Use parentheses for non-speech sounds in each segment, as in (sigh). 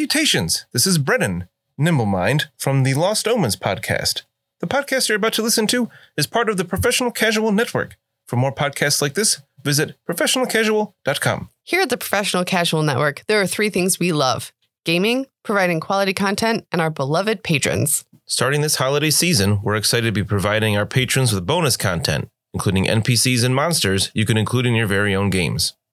Salutations! This is Brennan, Nimblemind, from the Lost Omens podcast. The podcast you're about to listen to is part of the Professional Casual Network. For more podcasts like this, visit professionalcasual.com. Here at the Professional Casual Network, there are three things we love gaming, providing quality content, and our beloved patrons. Starting this holiday season, we're excited to be providing our patrons with bonus content, including NPCs and monsters you can include in your very own games.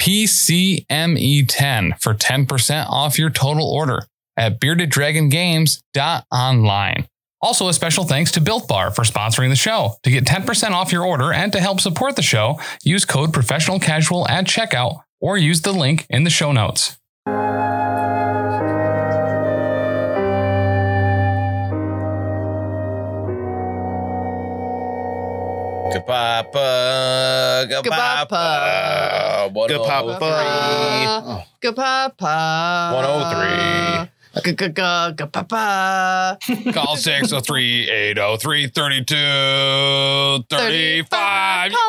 PCME10 E for 10% off your total order at beardeddragongames.online. Also, a special thanks to Built Bar for sponsoring the show. To get 10% off your order and to help support the show, use code professional casual at checkout or use the link in the show notes. Kapapa, Kapapa. Kapapa. Gapapa. oh Gapapa. 103. Gapapa. Call 603 803 32 35. Colin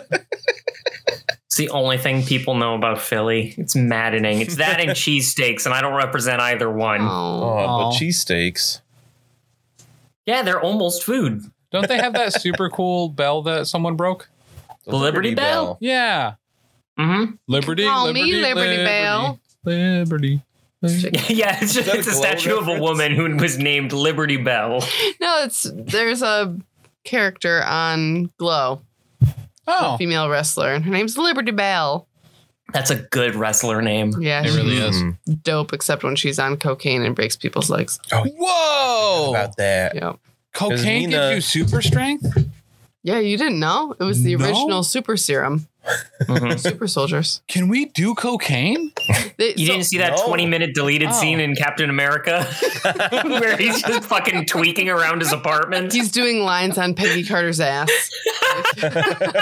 Carlisle. It's the only thing people know about Philly. It's maddening. It's (laughs) that and cheesesteaks, and I don't represent either one. Oh. Oh, Aw. but cheesesteaks. Yeah, they're almost food. Don't they have that super cool bell that someone broke? The Liberty Bell? Yeah. Mm-hmm. (laughs) Liberty. Call me Liberty Bell. Liberty. Liberty. Yeah, it's, just, that a it's a glow statue of a reference? woman who was named Liberty Bell. No, it's there's a character on Glow, Oh. a female wrestler, and her name's Liberty Bell. That's a good wrestler name. Yeah, It she's really is. Mm, dope, except when she's on cocaine and breaks people's legs. Whoa. Oh. About Eh. that. Yep. Cocaine Mina- gives you super strength? Yeah, you didn't know? It was the No? original super serum. (laughs) Mhm. Super soldiers. Can we do cocaine? They, You so- didn't see that No. 20 minute deleted Oh. scene in Captain (laughs) America (laughs) where he's just fucking tweaking around his apartment? He's doing lines on Peggy Carter's ass. (laughs)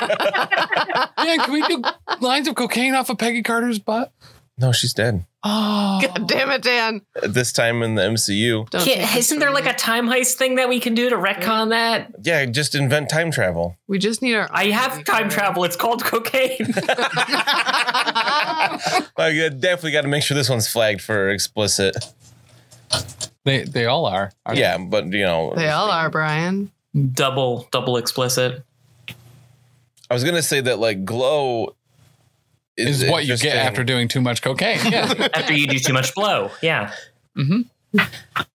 Man, can we (laughs) do lines of cocaine off of Peggy Carter's butt? No, she's dead. Oh. God damn it, Dan. At This time in the MCU. Don't Can't- take this isn't there from like me. a time heist thing that we can do to retcon that? Yeah, just invent time travel. We just need our. I have time travel. It's called cocaine. Like, you definitely got to make sure this one's flagged for explicit. They they all are. aren't they? Yeah, but you know, (laughs) They all are, Brian. (laughs) double, double explicit. I was gonna say that like glow Is what you get interesting. after doing too much cocaine. Yeah. After you do too much blow. Yeah. hmm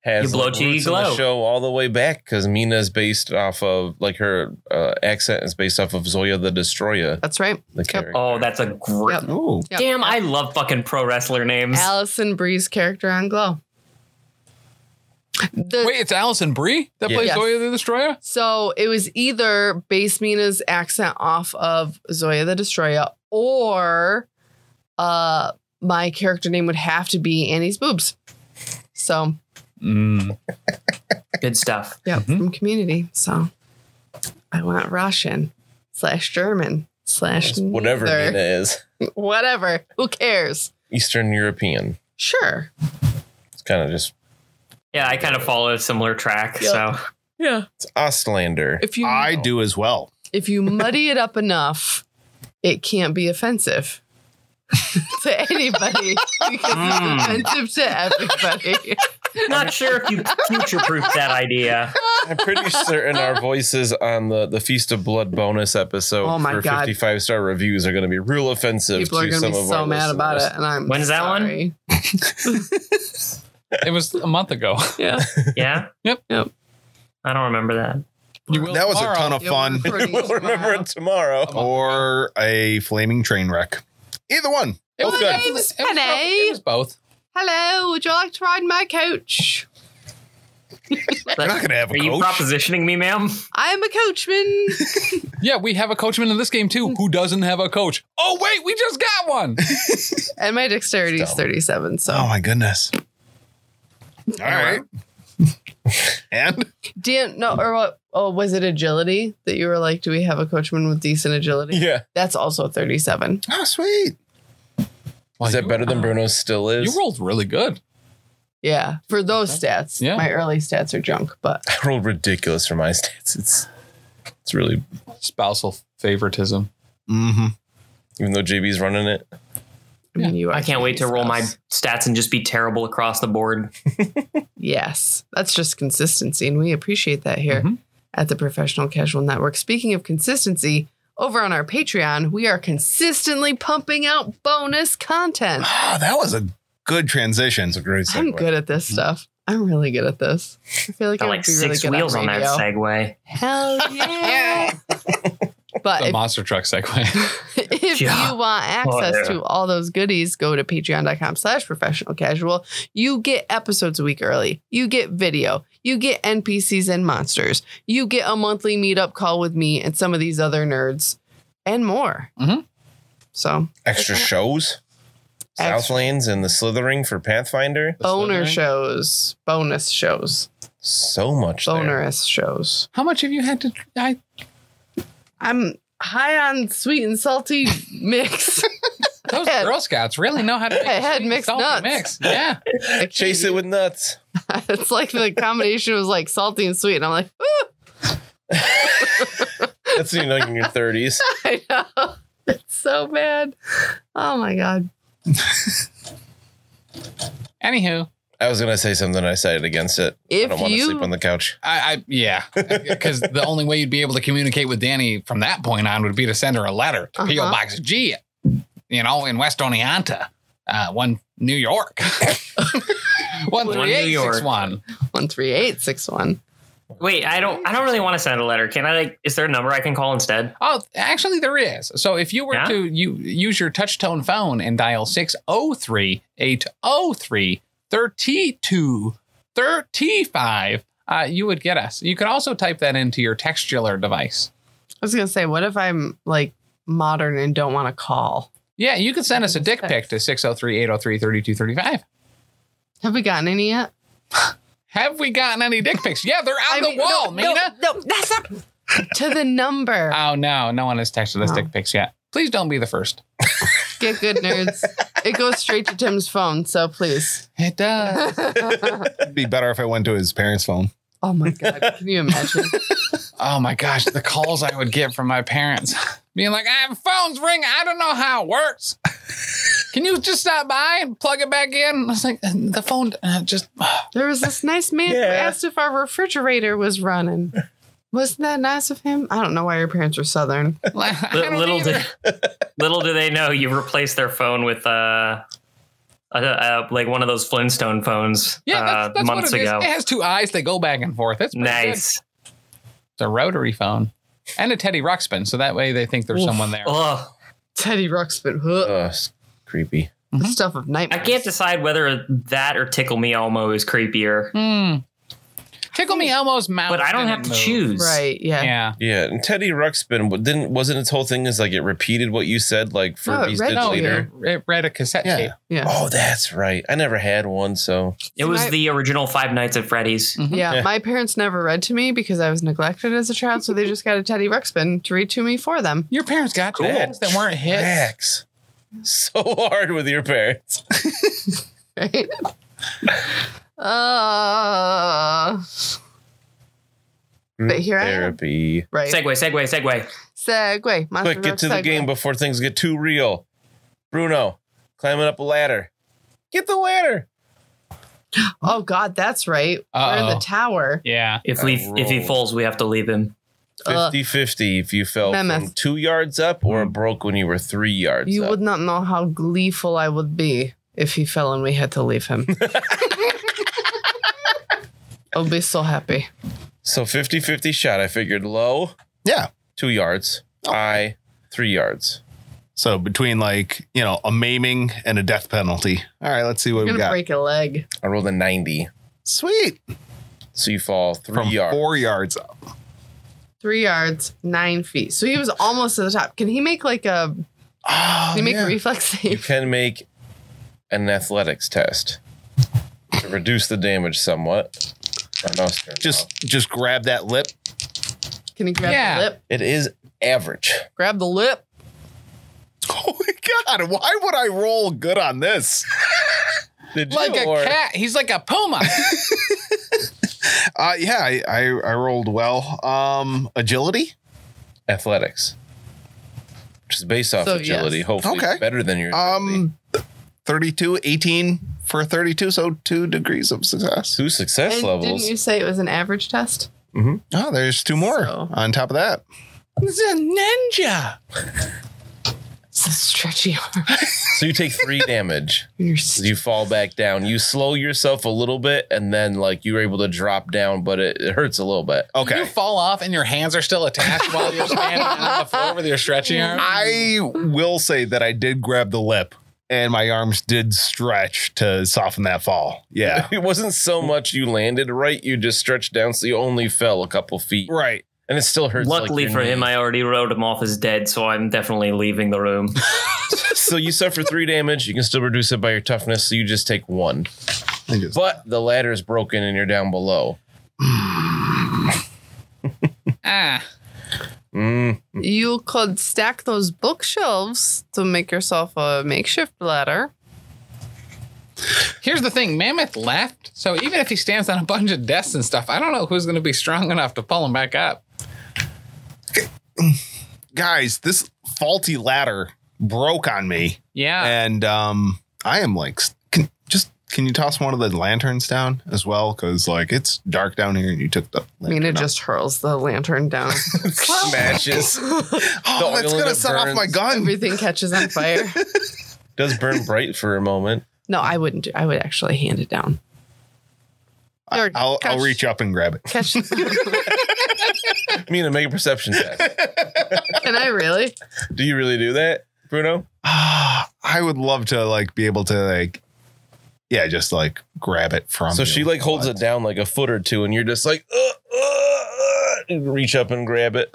Has you blow like, till you roots in the glow. show all the way back because Mina's based off of like her uh, accent is based off of Zoya the Destroyer. That's right. The character. Oh, that's a great. Yep. Ooh. Yep. Damn, I love fucking pro wrestler names. Allison Bree's character on Glow. The- (laughs) Wait, it's Allison Brie that Yeah. plays Yes. Zoya the Destroyer? So it was either base Mina's accent off of Zoya the Destroyer, or uh, my character name would have to be Annie's boobs. So Mm. Good stuff. yeah, Mhm. from Community. So I want Russian slash German slash Whatever neither. Mina is, (laughs) whatever. Who cares? Eastern European. Sure. It's kind of just Yeah, I kind of follow a similar track. Yep. So Yeah. it's Ostlander. If you I do as well. if you muddy it up enough, it can't be offensive (laughs) to anybody (laughs) because Mm. it's offensive to everybody. not sure if you future proof that idea. I'm pretty certain our voices on the the Feast of Blood bonus episode Oh my for God. 55 star reviews are going to be real offensive. People are to going to some be of so our mad about it, listeners. and I'm When's that one? sorry. It was a month ago. (laughs) Yeah, Yeah. Yep. Yep. I don't remember that. You will that was tomorrow. a ton of You'll fun. remember (laughs) it We'll remember it tomorrow. Or a flaming train wreck. Either one. It My good. name's It was- it was Penny. both. Hello, would you like to ride my coach? We're not gonna have a Are you coach. propositioning me, ma'am? I'm a (laughs) coachman. Yeah, we have a coachman in this game too. Who doesn't have a coach? Oh wait, we just (laughs) got one. and my dexterity is Dumb. 37, so. oh my goodness. All right. (laughs) and DM, no, or what? Oh, was it agility that you were like, do we have a coachman with decent agility? yeah. That's also 37. Ah, Oh sweet. Wow, is that you- better than Bruno's still is? (laughs) You rolled really good. Yeah, for those stats. Yeah. My early stats are junk, but I rolled ridiculous for my (laughs) stats. It's it's really Spousal favoritism. mm-hmm. even though JB's running it. I mean, you are. I can't wait to roll my stats and just be terrible across the board. Yes, that's just consistency, and we appreciate that here Mm-hmm. Mhm. at the Professional Casual Network. Speaking of consistency, over on our Patreon, we are consistently pumping out bonus content. Oh, that was a good transition. It's a great I'm segue. good at this stuff. I'm really good at this. I feel like I Got would like be really six good wheels on, on, that radio. segue. Hell yeah! (laughs) but The Uh, if monster truck segue. (laughs) (laughs) if Yeah. Oh, you want access yeah. to all those goodies, go to patreon.com slash professional casual. You get episodes a week early. You get video. You get NPCs and monsters. You get a monthly meetup call with me and some of these other nerds and more. Mhm. So Extra shows. South Extra. Lanes and the Slithering for Pathfinder. boner shows, bonus shows, So much there. bonerous shows. How much have you had to? I, I'm high on sweet and (laughs) salty mix. (laughs) those I had- Girl Scouts really know how to. (laughs) Make I had sweet and mixed salty nuts. Mix. (laughs) Yeah. Chase it with nuts. it's like the combination was like salty and sweet. And I'm like, (laughs) That's you know in your (laughs) thirties. I know. It's so bad. Oh my God. Anywho, I was gonna say something. I decided against it. I If don't want to you sleep on the couch. I, I yeah, (laughs) because the only way you'd be able to communicate with Danny from that point on would be to send her a letter to P.O. Uh-huh. Box G, you know, in West Oneonta, uh, one New York, (laughs) one New three eight six York. one. 13861. Wait, I don't. I don't really want to send a letter. Can I? Like, is there a number I can call instead? Oh, actually, there is. So if you were Yeah? to you use your touch tone phone and dial 603 803 32 35, uh, you would get us. You could also type that into your textular device. I was going to say, what if I'm like modern and don't want to call? Yeah, you could send us a dick pic to 603 803 3235. Have we gotten any yet? Have we gotten any dick pics? Yeah, they're on I the mean, wall, no, Mina. No, no, that's not to the number. (laughs) Oh, no. No one has texted us Oh. dick pics yet. Please don't be the first. Get good nerds. It goes straight to Tim's phone, so please. (laughs) It does. It'd be better if I went to his parents' phone. oh my God. Can you imagine? Oh my gosh, the calls I would get from my parents (laughs) being like, I phone's ringing. I don't know how it works. (laughs) Can you just stop by and plug it back in? I was like, the phone uh, just, (sighs) (laughs) There was this nice man who Yeah. asked if our refrigerator was running. (laughs) Wasn't that nice of him? I don't know why your parents (laughs) are Southern. like, I Li- don't little either. do, (laughs) little do they know you replace their phone with uh, uh, uh like one of those Flintstone phones yeah, uh, that's, that's months what it is. ago. It has two eyes. They go back and forth. It's pretty good. Nice. It's a rotary phone and a Teddy Ruxpin. So that way they think there's Oof. someone there. Ugh. Teddy Ruxpin. Huh. Ugh, Uh, it's creepy. The stuff of I nightmares. can't decide whether that or Tickle Me Elmo is creepier, Hmm. Tickle Me Elmo's mouth. but I don't didn't have to move. choose. Right. Yeah. Yeah. Yeah, and Teddy Ruxpin w- didn't wasn't its whole thing is like it repeated what you said like No, it Furby's read did No, later. it, it read a cassette Yeah. tape. Yeah. Oh, that's right. I never had one, so It was my- the original Five Nights at Freddy's. Mm, Yeah, Oh, Yeah. my parents never read to me because I was neglected as a child, so they just got a Teddy Ruxpin to read to me for them. (laughs) Your parents got Cool. things that weren't hits. Max. So (laughs) hard with your parents. (laughs) Right? uh, But here I am. Mm, Therapy. right. Segway, Segway, Segway. Segway. Monster Quick, get Rock to the segue. game before things get too real. Bruno, climbing up a ladder. Get the ladder. Oh God, that's right. We're in Uh-oh. the tower. Yeah. If we I if he rolled. falls, we have to leave him. Ugh. 50 50 if you fell from Uh, Mammoth. two yards up or broke when you were three yards You up. would not know how gleeful I would be if he fell and we had to leave him. I'll be so happy. So 50 50 shot. I figured low, Yeah. two yards. High, three yards. So between like, you know, a maiming and a death penalty. All right, let's see what I'm we gonna got. break a leg. I rolled a 90. Sweet. So you fall three From yards. four yards up. Three yards, nine feet. So he was almost to the top. Can he make like a? Can Oh, he make yeah. a reflex You (laughs) save? can make an athletics test to reduce the damage somewhat. Or no, sir, no. just just grab that lip. Can he grab Yeah. the lip? it is average. Grab the lip. (laughs) Oh my god, why would I roll good on this? Did Like you, a or- cat. He's like a puma. Uh yeah, I I, I rolled well. Um agility? athletics, which is based off So, agility. yes. Hopefully, Okay. better than your agility. Um 32, 18 for 32, so 2 degrees of success. two success And levels. didn't you say it was an average test? Oh, there's two more So- on top of that. He's a ninja. It's a stretchy arm. (laughs) so you take three (laughs) damage. You're as You fall back down. You slow yourself a little bit, and then like you were able to drop down, but it, it hurts a little bit. (laughs) Okay. You fall off and your hands are still attached while you're standing on the floor with your stretchy arm. I will say that I did grab the lip and my arms did stretch to soften that fall. (laughs) Yeah. It wasn't so much you landed right; you just stretched down, so you only fell a couple feet, right. and it still hurts. like, Luckily your for knee. him, I already wrote him off as dead, so I'm definitely leaving (laughs) the room. so you suffer three damage. You can still reduce it by your toughness, so you just take one. I just- But the ladder is broken, and you're down below. ah. Mm, You could stack those bookshelves to make yourself a makeshift ladder. Here's the thing Mammoth left. So even if he stands on a bunch of desks and stuff, I don't know who's going to be strong enough to pull him back up. Guys, this faulty ladder broke on me. Yeah. And um I am like s- can, just can you toss one of the lanterns down as well? Cause like it's dark down here and you took the I mean, it lantern out. just hurls the lantern down. smashes. the Oh, oil that's gonna that set off my burns. gun. Everything catches on fire. does burn bright for a moment. No, I wouldn't. Do, I would actually hand it down. I- Or I'll, catch- I'll reach up and grab it. (sighs) (laughs) Catch. (laughs) I mean, make a perception check. Can I really? Do you really do that, Bruno? I would love to like be able to like yeah, just like grab it from So you. she like holds it down like a foot or two, and you're just like, uh, uh, uh, and reach up and grab it.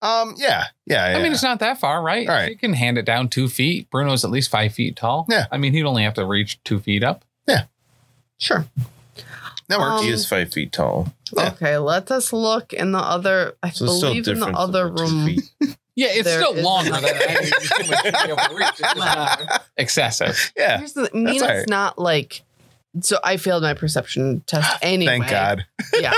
Um, yeah, yeah. I mean, yeah. it's not that far, right? All right. You can hand it down two feet. Bruno's at least five feet tall. Yeah. I mean, he'd only have to reach two feet up. sure. That Um, works. He is five feet tall, Yeah. Okay, let us look in the other. I so it's still believe in different. the other room. Yeah, it's There still is longer another- than (laughs) I mean, you would be able to reach. It's just not (laughs) excessive. yeah. Here's the mean. It's all right. not like. So I failed my perception test anyway. (gasps) Thank God. (laughs) Yeah.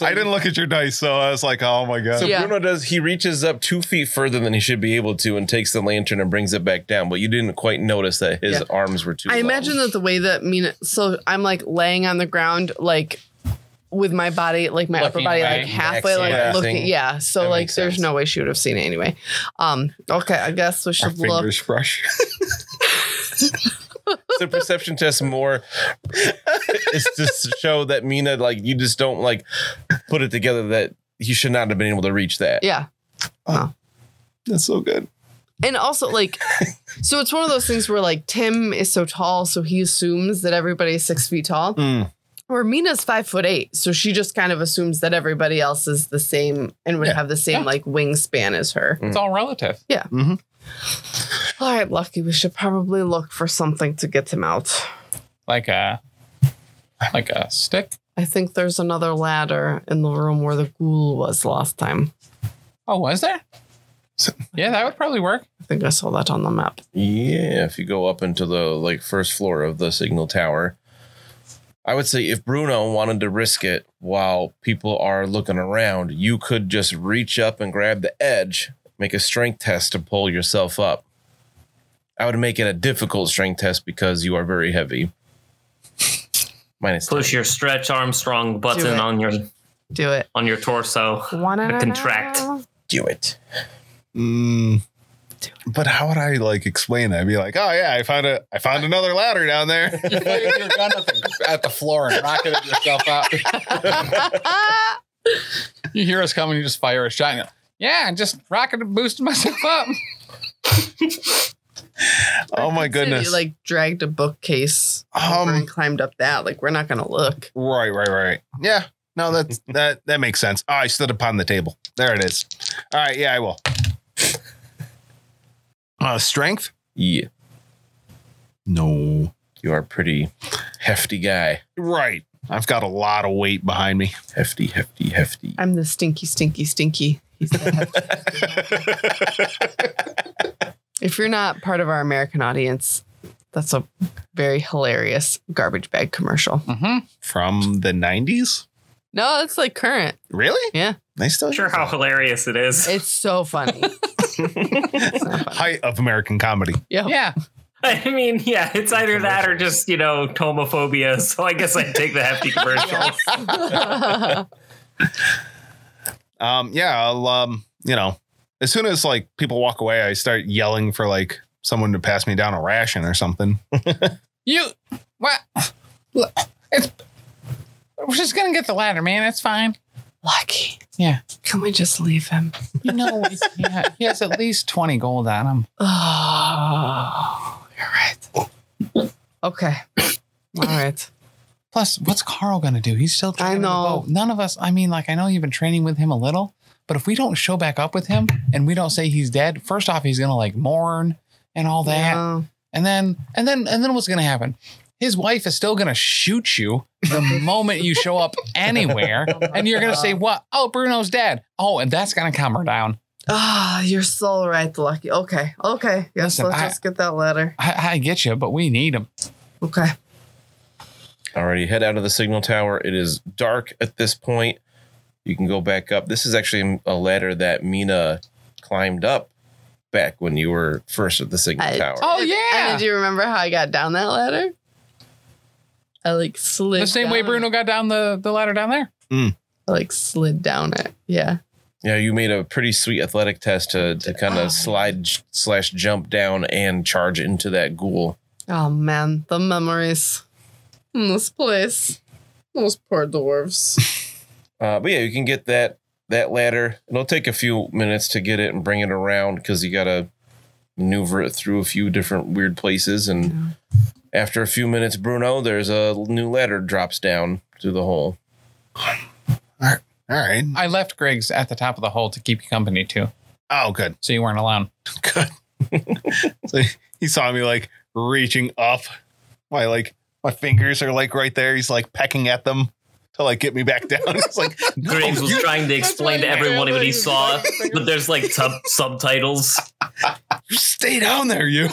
I didn't look at your dice, so I was like, oh my god. So Yeah. Bruno does. He reaches up two feet further than he should be able to, and takes the lantern and brings it back down. But you didn't quite notice that his Yeah. arms were too. I long. imagine that the way that Mina, so I'm like laying on the ground, like with my body, like my upper Looking body, away, like halfway, like maximizing. looking. Yeah. So That like, makes there's sense. no way she would have seen it anyway. Um. Okay. I guess we Our should look. fingers fresh. the perception test more (laughs) is to show that Mina, like, you just don't like put it together that he should not have been able to reach that. Yeah. That's so good. And also like, so it's one of those things where like Tim is so tall, so he assumes that everybody is six feet tall. Where Mina's five foot eight, so she just kind of assumes that everybody else is the same and would Yeah. have the same Yeah. like wingspan as her. It's all relative. All right, Lucky, we should probably look for something to get him out. Like a like a stick. I think there's another ladder in the room where the ghoul was last time. Oh, was there? So- Yeah, that would probably work. I think I saw that on the map. Yeah, if you go up into the like first floor of the signal tower, I would say if Bruno wanted to risk it while people are looking around, you could just reach up and grab the edge, make a strength test to pull yourself up. I would make it a difficult strength test because you are very heavy. (laughs) Minus Push your stretch Armstrong it. button on your Do it. on your torso. One and Contract. (laughs) do it. Mm. But how would I like explain that? I'd be like, oh yeah, I found a I found another ladder down (laughs) there. You pointed your gun at the, at the floor and rocketed yourself out. (laughs) You hear us coming, you just fire a shot. And you're, yeah, I just rocketed, boosted myself up. Oh Said my you, goodness. like dragged a bookcase over um and climbed up that. Like we're not gonna look. right, right, right. Yeah. (laughs) No, that's that that makes sense. Oh, I stood upon the table. There it is. All right, yeah, I will. Uh strength? Yeah, No. you are a pretty hefty guy. Right. I've got a lot of weight behind me. Hefty, hefty, (laughs) hefty. I'm the stinky, stinky, stinky. He said. if you're not part of our American audience, that's a very hilarious garbage bag commercial. Mm-hmm. From the 90s? No, it's like current. Really? Yeah. They still Not sure how hilarious it is. It's so (laughs) funny. (laughs) It's not funny. height of American comedy. Yeah. Yeah. (laughs) I mean, yeah, it's either that or just you know homophobia. (laughs) So I guess I'd take the hefty commercial. Um, yeah, I'll um, you know, as soon as like people walk away, I start yelling for like someone to pass me down a ration or something. You what? Look, It's we're just gonna get the ladder, man. That's fine. Lucky. Yeah. Can we just leave him? You know, he's- yeah, he has at least twenty gold on him. Oh, you're right. Okay. (coughs) All right. Plus, what's Carl gonna do? He's still I trying know. None of us. I mean, like, I know you've been training with him a little, but if we don't show back up with him and we don't say he's dead, first off, he's gonna like mourn and all that, No. and then and then and then what's gonna happen? His wife is still gonna shoot you the (laughs) moment you show up anywhere, Oh my and you're gonna God. say, "What? Oh, Bruno's dead. Oh, and that's gonna calm her down." Ah, you're so right, Lucky. Okay. Okay. Yes, Listen, let's I- just get that letter. I, I get you, but we need him. Okay. Alrighty, head out of the signal tower. It is dark at this point. You can go back up. This is actually a ladder that Mina climbed up back when you were first at the signal I- tower. Oh, And- yeah. And did you remember how I got down that ladder? I like slid The same down way it. Bruno got down the, the ladder down there. I like slid down it. Yeah. Yeah, you made a pretty sweet athletic test to, to kind Oh. of slide j- slash jump down and charge into that ghoul. Oh man, the memories in this place. Those poor dwarves. Uh, but yeah, you can get that that ladder. It'll take a few minutes to get it and bring it around because you gotta maneuver it through a few different weird places. And Yeah. after a few minutes, Bruno, there's a new ladder drops down through the hole. All right. I left Greg's at the top of the hole to keep you company too, Oh, good. so you weren't alone. Good. so he saw me like reaching up. My like my fingers are like right there. He's like pecking at them to like get me back (laughs) down. It's like no, Griggs was you- trying to That's explain why to everyone you're what he like- saw, but there's like sub- subtitles. you stay down there, you.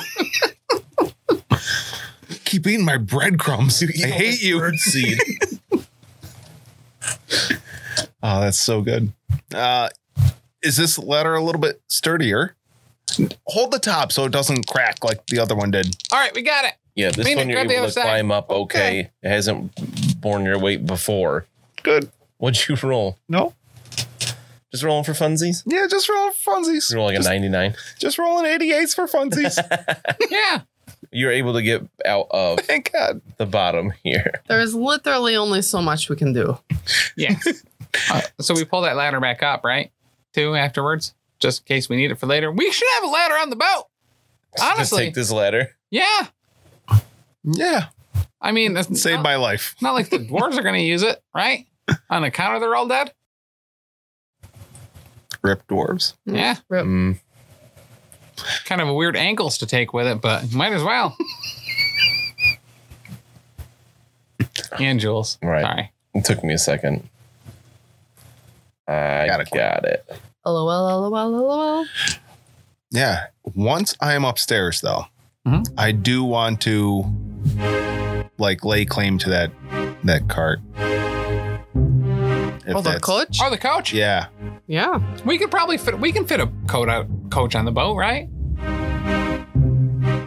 Keep eating my breadcrumbs. I hate you. Seed. (laughs) Oh, that's so good. Uh is this ladder a little bit sturdier? Hold the top so it doesn't crack like the other one did. All right, we got it. yeah, this Mina, one you're grab the able other to side. climb up. Okay. it hasn't borne your weight before. Good. What'd you (laughs) roll? No. Just rolling for funsies. Yeah, just roll funsies. You're rolling a Just- 99. Just rolling 88s for (laughs) funsies. (laughs) Yeah. You're able to get out of Thank God. the bottom (laughs) here. There is literally only so much we can do. Yeah. (laughs) Uh, so we pull that ladder back up, right? Too afterwards, just in case we need it for later. We should have a ladder on the boat. Just Honestly. take this ladder. Yeah. Yeah. I mean, it's Saved not, my life. not like the dwarves are going to use it, (laughs) right? On account of they're all dead. Rip dwarves. Yeah. Rip. Mm. Kind of a weird angles to take with it, but might as well. and Jules. Right. Sorry. It took me a second. I Gotta got, quit. it. LOL, LOL, LOL. Yeah. Once I am upstairs, though, Mm-hmm. Mhm. I do want to like lay claim to that that cart. If Oh, the that's- coach? Oh, the coach. Yeah. Yeah. We could probably fit. We can fit a coat out coach on the boat, right?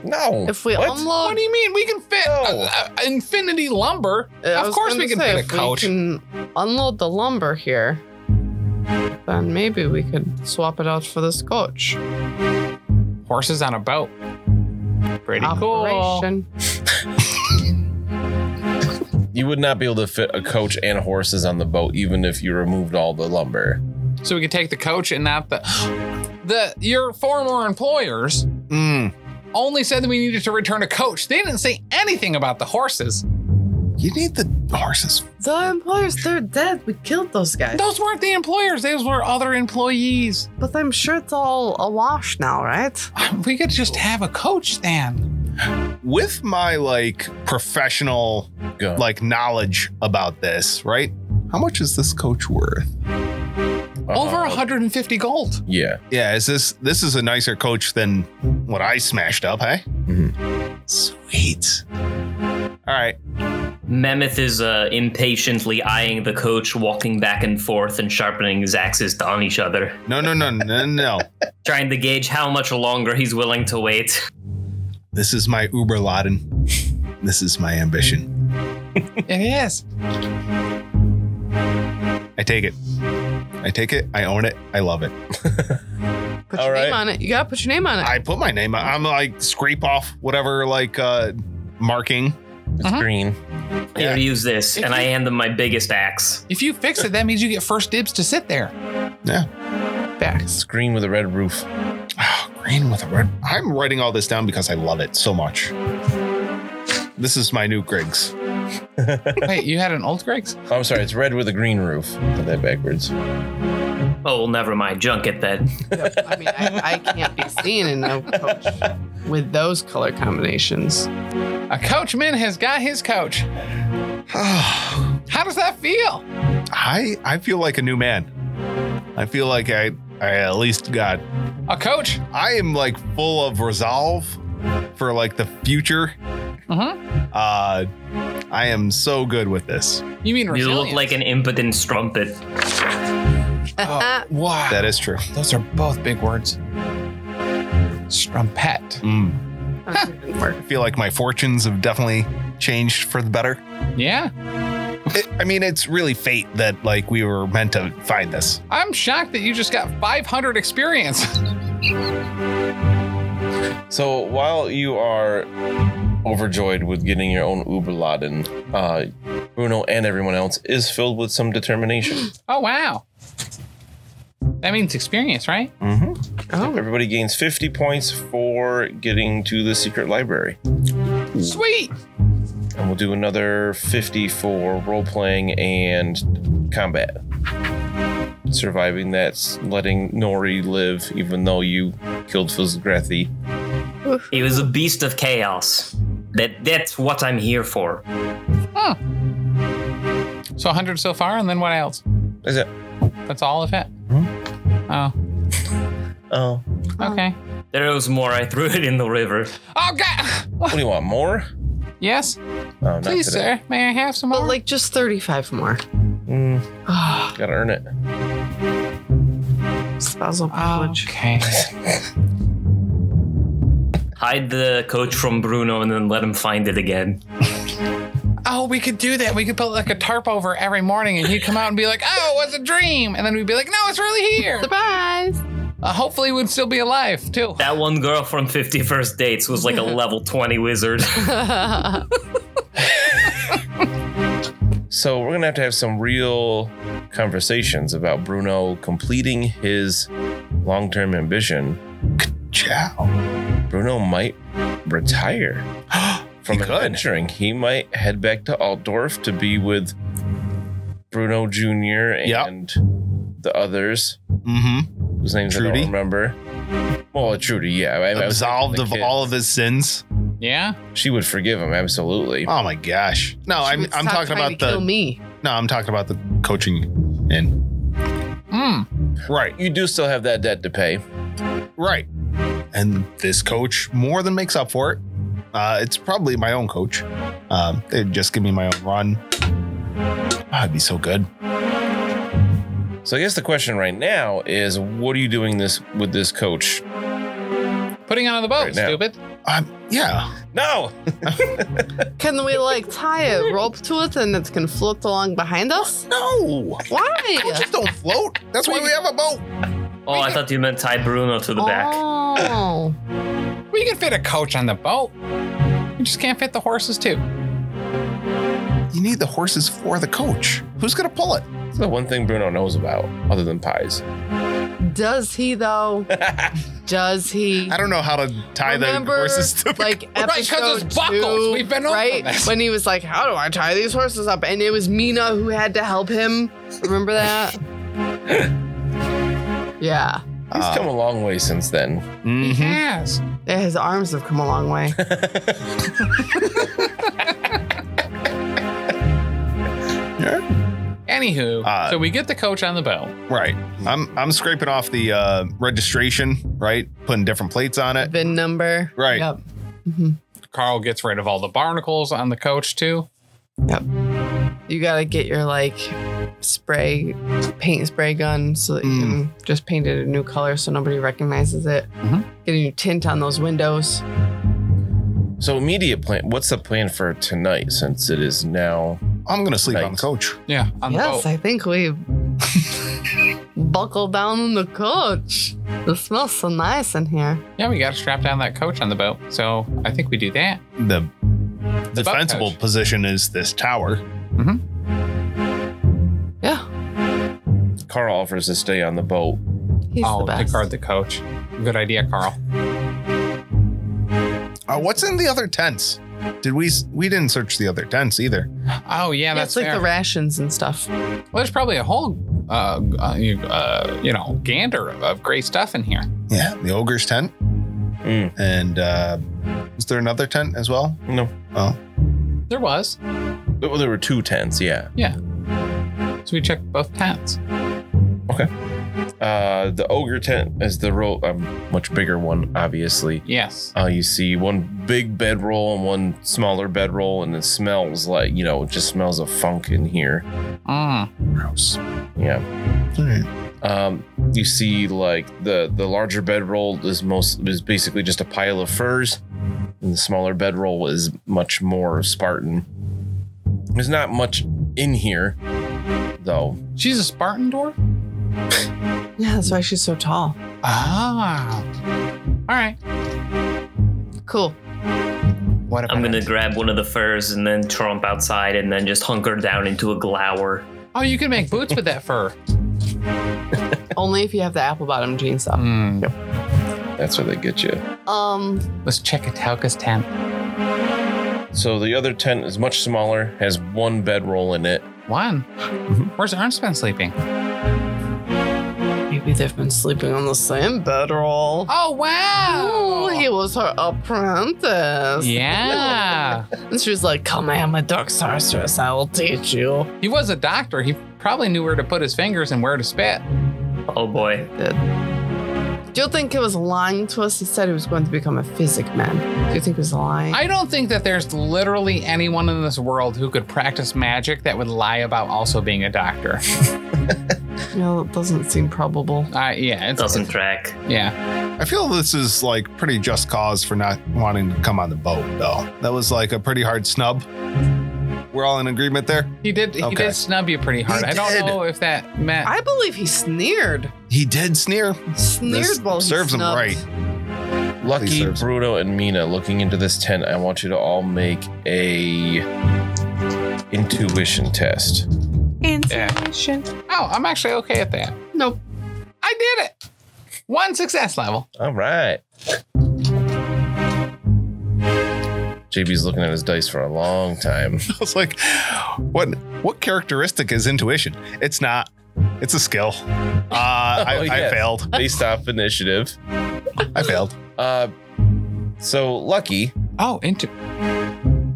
No. If we What? unload, What do you mean? We can fit No. a- a- infinity lumber. Uh, I of was course, gonna we can say, fit a if we coach. can unload the lumber here. Then maybe we could swap it out for this coach. Horses on a boat. Pretty cool. Operation. you would not be able to fit a coach and horses on the boat, even if you removed all the lumber. So we can take the coach and not the the your former employers Mm. Only said that we needed to return a coach. They didn't say anything about the horses. You need the horses. The employers, they're dead. We killed those guys. Those weren't the employers, those were other employees. But I'm sure it's all awash now, right? We could just have a coach then. With my like professional Go. like knowledge about this, right? How much is this coach worth? Uh-huh. Over Uh, 150 gold. Yeah. Yeah, is this this is a nicer coach than what I smashed up, hey? Mm-hmm. Sweet. All right. Mammoth is uh, impatiently eyeing the coach, walking back and forth and sharpening his axes to on each other, No, no, no, no, no. trying to gauge how much longer he's willing to wait. This is my Uber Laden. This is my ambition. it is. I take it. I take it. I own it. I love it. Put All your right. name on it. You gotta put your name on it. I put my name. on- I'm like scrape off whatever like uh marking. It's Uh-huh. green. Yeah. Here, use this, and I hand him my biggest axe. If you fix it, that means you get first dibs to sit (laughs) there. It's green with a red roof. Oh, green with a red. I'm writing all this down because I love it so much. This is my new Griggs. Wait, you had an old Greg's? Oh, I'm sorry. It's red with a green roof. Put that backwards. Oh, well, never mind. Junk it then. I mean, I, I can't be seen in no coach with those color combinations. A coachman has got his (sighs) coach. How does that feel? I I feel like a new man. I feel like I I at least got A coach? I am like full of resolve for like the future. Mm-hmm. Uh I am so good with this. You mean You resilience? look like an impotent strumpet. Oh, wow. Ah. That is true. Those are both big words. Strumpet. Mm. (laughs) That didn't work. I feel like my fortunes have definitely changed for the (laughs) better. Yeah. It, I mean, it's really fate that like we were meant to find this. I'm shocked that you just got 500 experience. (laughs) So while you are overjoyed with getting your own Uberladen, uh, Bruno and everyone else is filled with some determination. Oh, wow. That means experience, right? mm-hmm. Oh, Everybody gains 50 points for getting to the secret library. Sweet. And we'll do another 50 for role playing and combat. Surviving that's letting Nori live, even though you killed Fizgrathi. He was a beast of chaos. That that's what I'm here for. So 100 so far, and then what else? Is it? That's all of it? Oh, Oh. okay. There was more. I threw it in the river. Oh, God. What do you want? More? Yes, Oh, not please, today. sir. May I have some but more? like just 35 more. Mm, Ah. Oh, gotta earn it. spousal privilege. okay. Hide the coach from Bruno and then let him find it again. oh, we could do that. We could put like a tarp over every morning, and he'd come out and be like, oh, it was a dream. And then we'd be like, no, it's really here. Surprise! Uh, hopefully, we'd still be alive, too. That one girl from 51st Dates was like a level 20 wizard. So we're gonna have to have some real conversations about Bruno completing his long-term ambition. Ciao. Bruno might (gasps) retire from He could. adventuring. He might head back to Altdorf to be with Bruno Jr. Yep. and the others Mm-hmm. whose names I Trudy? don't remember. Well, Trudy, yeah. I, I was Absolved thinking of the kid. all of his sins. Yeah? She would forgive him, absolutely. Oh my gosh. She No, I'm would I'm stop talking trying about to the kill me. no, I'm talking about the coaching and Mm. right, You do still have that debt to pay. right. And this coach more than makes up for it. Uh, it's probably my own coach. Um, they'd just give me my own run. I'd be so good. So I guess the question right now is, what are you doing this with this coach? Putting on the boat, Right now. stupid. Um, yeah. No. (laughs) Can we like tie a rope to it and it can float along behind us? No. Why? Coaches don't float. That's why we have a boat. Oh, I thought you meant tie Bruno to the back. Oh, We can fit a coach on the boat. We just can't fit the horses too. You need the horses for the coach. Who's gonna pull it? It's the one thing Bruno knows about, other than pies. Does he (laughs) though? Does he? I don't know how to tie Remember, the horses (laughs) (laughs) to the like Right, 'cause episode it's buckles. two, We've been over right this. when he was like, "How do I tie these horses up?" and it was Mina who had to help him. Remember (laughs) that? yeah, He's come a long way since then. Mhm. Yes. Yeah, his arms have come a long (laughs) way. Anywho, Uh, so we get the coach on the bell. Right. I'm I'm scraping off the uh, registration, right? Putting different plates on it. VIN number. Right. Yep. Mm-hmm. Carl gets rid of all the barnacles on the coach too. You gotta get your like spray, paint spray gun so that you Mm. can just paint it a new color so nobody recognizes it. Mhm. Get a new tint on those windows. So immediate plan. What's the plan for tonight? Since it is now. I'm gonna sleep Right. on the coach. Yeah, on yes, the boat. I think (laughs) we buckle down in the coach. It smells so nice in here. yeah, we got to strap down that coach on the boat. So I think we do that. The defensible coach. position is this tower. Yeah, Carl offers to stay on the boat. he's oh, the best. to guard the coach. Good idea, Carl. Uh, what's in the other tents? Did we s- we didn't search the other tents either? Oh yeah, yeah, that's it's like fair. the rations and stuff. well, there's probably a whole, uh, uh, you- uh, you know, gander of, of great stuff in here. Yeah, the ogre's tent. Mm. And uh, is there another tent as well? No, There was. well, there were two tents. Yeah. So we checked both tents. Uh, the ogre tent is the roll, a much bigger one, obviously. Yes. Uh, you see one big bedroll and one smaller bedroll, and it smells like you know, it just smells of funk in here. Mm. Gross. Yeah. All right. Um, you see, like the the larger bedroll is most is basically just a pile of furs, and the smaller bedroll is much more Spartan. There's not much in here, though. She's a Spartan door. Yeah, that's why she's so tall. Ah. All right. Cool. What about I'm gonna it? grab one of the furs and then tromp outside and then just hunker down into a glower. Oh, you can make boots with (laughs) that fur. Only if you have the apple bottom jeans though. Mm. That's where they get you. Um, Let's check Atalka's tent. So the other tent is much smaller, has one bedroll in it. One. Mm-hmm. Where's Armspan sleeping? maybe they've been sleeping on the same bedroll. Oh wow. Oh, he was her apprentice. yeah. And she was like, Come, I am a dark sorceress. I will teach you. he was a doctor. He probably knew where to put his fingers and where to spit. Oh boy. Do you think he was lying to us? He said he was going to become a physic man. Do you think he was lying? I don't think that there's literally anyone in this world who could practice magic that would lie about also being a doctor. no, it doesn't seem probable. Uh, yeah, it's, Doesn't track. yeah. I feel this is like pretty just cause for not wanting to come on the boat, though. That was like a pretty hard snub. We're all in agreement there. He did. He Okay. did snub you pretty hard. He I don't did. know if that meant. I believe he sneered. He did (laughs) sneer. Sneered This while he serves him snubbed. right. Lucky, serves. Bruno, and Mina looking into this tent. I want you to all make a intuition test. Insulation. oh, I'm actually okay at that. Nope. I did it. One success level. All right. JB's looking at his dice for a long time. I was like, what? What characteristic is intuition? It's not. It's a skill. Uh, I, (laughs) Oh, I yes. failed. Based off initiative. I failed. Uh, so Lucky. Oh, into.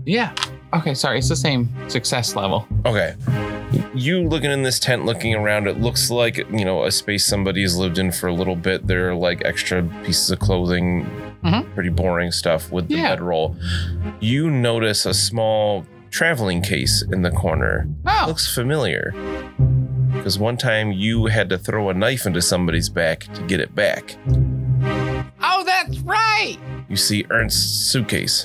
Yeah. Okay. Sorry. It's the same success level. Okay. You looking in this tent, looking around, it looks like, you know, a space somebody's lived in for a little bit. There are like extra pieces of clothing, Mhm. pretty boring stuff with the Yeah. bedroll. You notice a small traveling case in the corner. Oh. looks familiar. Because one time you had to throw a knife into somebody's back to get it back. Oh, that's right. You see Ernst's suitcase.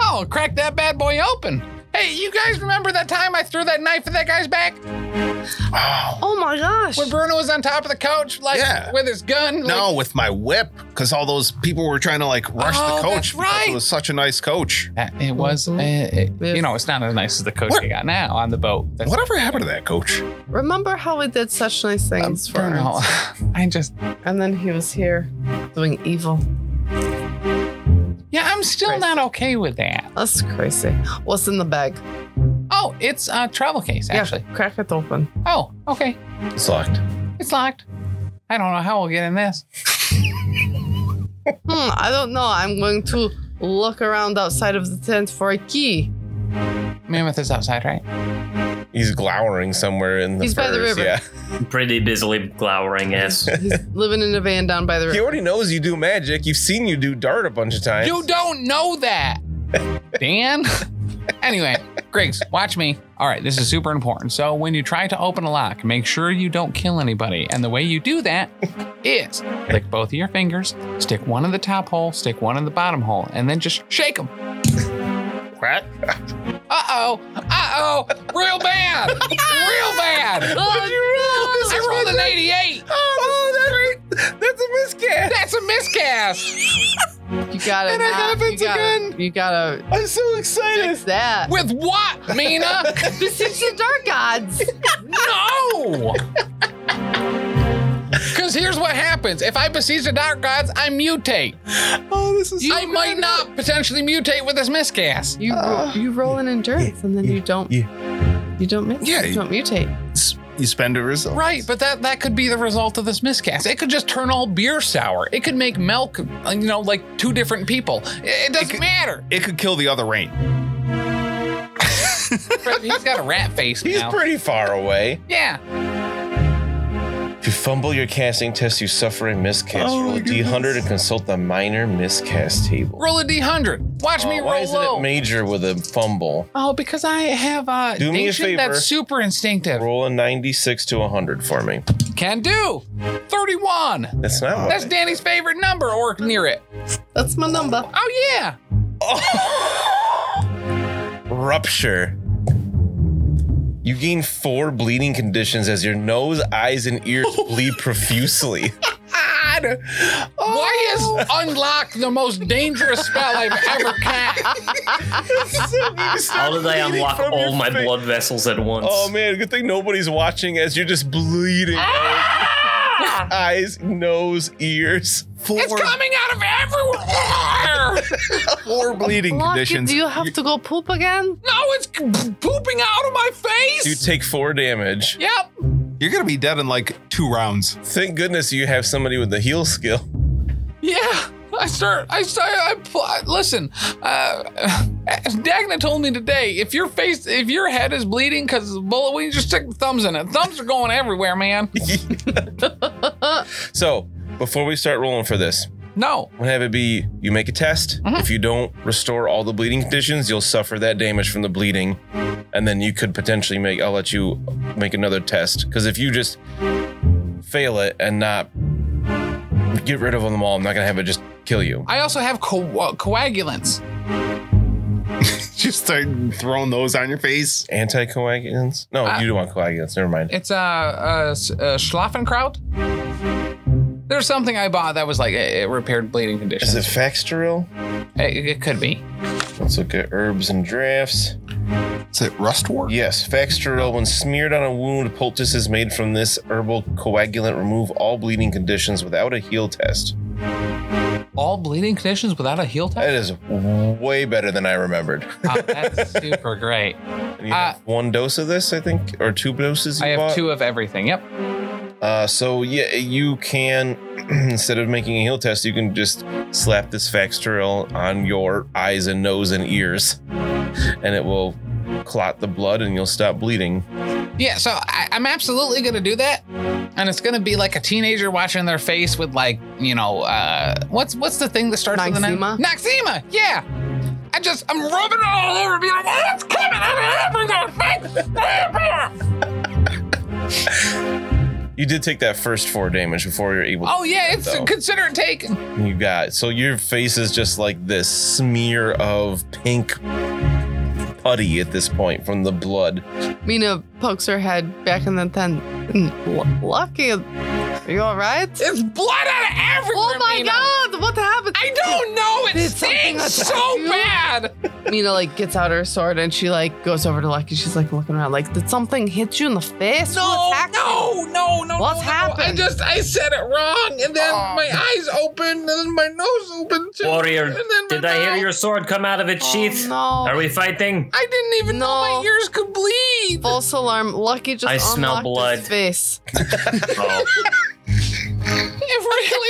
Oh, crack that bad boy open. Hey, you guys remember that time I threw that knife at that guy's back Oh my gosh. when Bruno was on top of the couch, like Yeah. with his gun? No, with my whip, because all those people were trying to like rush Oh, the that's coach. because right. It was such a nice coach. Like, it was, Mhm. eh, eh, Yes. you know, it's not as nice as the coach What? we got now on the boat. That's (laughs) Whatever happened to that coach? Remember how we did such nice things for Bruno. (laughs) us? I just, And then he was here doing evil. yeah, I'm still Crazy. not okay with that. That's crazy. What's in the bag? Oh, it's a travel case, actually. Yeah, crack it open. Oh, okay. It's locked. It's locked. I don't know how we'll get in this. Hmm, I don't know. I'm going to look around outside of the tent for a key. Mammoth is outside, right? He's glowering somewhere in the He's by the firs, river. Yeah. Pretty busily glowering, yes. He's living in a van down by the He river. already knows you do magic. You've seen you do dart a bunch of times. You don't know that, Dan. anyway, Griggs, watch me. All right, this is super important. So, when you try to open a lock, make sure you don't kill anybody. And the way you do that is lick both of your fingers, stick one in the top hole, stick one in the bottom hole, and then just shake them. Crack. Uh oh, uh oh, real bad, real bad. Oh, no. I rolled an 88. Oh, no, that's, that's a miscast. That's a miscast You got it. And it Nat. happens you gotta, again. You gotta I'm so excited. fix that. with what, Mina? This is the dark gods. (laughs) No! Because here's what happens. If I besiege the Dark Gods, I mutate. Oh, this is. You might not potentially mutate with this miscast. You ro- you roll an endurance and then you don't you don't miss. Yeah, you you- don't mutate. It's- You spend a result. Right, but that, that could be the result of this miscast. It could just turn all beer sour. It could make milk, uh, you know, like two different people. It, it (laughs) doesn't matter. It could kill the other rain. Fred, He's got a rat face He's now. pretty far away. yeah. If you fumble your casting test, you suffer a miscast. Oh, Roll my a d100 goodness. and consult the minor miscast table. Roll a D100. Watch Oh, me why roll isn't low. it major with a fumble? oh, because I have uh, Do me a diction favor. that's super instinctive. Roll a 96 to 100 for me. Can do. 31. That's not what That's I- Danny's favorite number or near it. That's my number. Oh yeah. (laughs) Rupture. You gain four bleeding conditions as your nose, eyes, and ears bleed profusely. God. Why is unlock the most dangerous spell I've ever cast? How (laughs) How did I unlock all my blood vessels at once? Oh man, good thing nobody's watching as you're just bleeding. (laughs) Eyes, nose, ears. Four, (laughs) It's coming out of everywhere. four bleeding Lucky, conditions. do you have to go poop again? no, it's pooping out of my You face. take four damage. Yep. You're gonna be dead in like two rounds. (laughs) Thank goodness you have somebody with the heal skill. Yeah. I start. I start. I, pl- I listen. Uh, (laughs) Dagna told me today if your face, if your head is bleeding because of the bullet wound, just stick the thumbs in it. Thumbs are going everywhere, man. So, before we start rolling for this, No. I'm gonna have it be you make a test. If you don't restore all the bleeding conditions, you'll suffer that damage from the bleeding. And then you could potentially make, I'll let you make another test. Because if you just fail it and not get rid of them all, I'm not gonna have it just kill you. I also have co- uh, coagulants. Just start throwing those on your face. Anticoagulants? No, Ah. you don't want coagulants. Never mind. It's a, uh s- uh Schlafenkraut. There's something I bought that was like it, it repaired bleeding Is conditions. it Faxteril? It, it could be. Let's look at herbs and drafts. Is it rust war? Yes, Faxteril, when smeared on a wound, poultices made from this herbal coagulant remove all bleeding conditions without a heal test. All bleeding conditions without a heel That (laughs) test. is way better than I remembered. (laughs) Oh, that's super great. You have one dose of this, I think, or two doses. You Uh, I have bought. two of everything. Yep. Uh, so yeah, you can (clears throat) instead of making a heal test, you can just slap this Faxteril on your eyes and nose and ears, (laughs) and it will clot the blood, and you'll stop bleeding. Yeah. So I, I'm absolutely gonna do that, and it's gonna be like a teenager watching their face with like you know uh what's what's the thing that starts with an Noxema? Noxema. Yeah. I just I'm rubbing it all over, being like, "Ah, it's coming out of everything. everywhere." You did take that first four damage before you're able. Oh yeah, it's though. consider it taken. You got so your face is just like this smear of pink putty at this point from the blood. Mina pokes her head back in the tent. L- Lucky, are you all right? There's blood out of everywhere. Oh my Mina. god, what happened? I don't know. It Did something stinks attack so you? bad. Mina like gets out her sword and she like goes over to Lucky. She's like looking around, like, did something hit you in the face? Who No, attacked you?" no, no, no. What's no, no. I happened? just I said it wrong, and then Oh. my eyes opened, and then my nose opened too. Warrior, and then my did I hear mouth- your sword come out of its sheath? Oh, No. Are we fighting? I didn't even know No. my ears could bleed. False alarm. Lucky just I smell unlocked blood. his face. Oh, It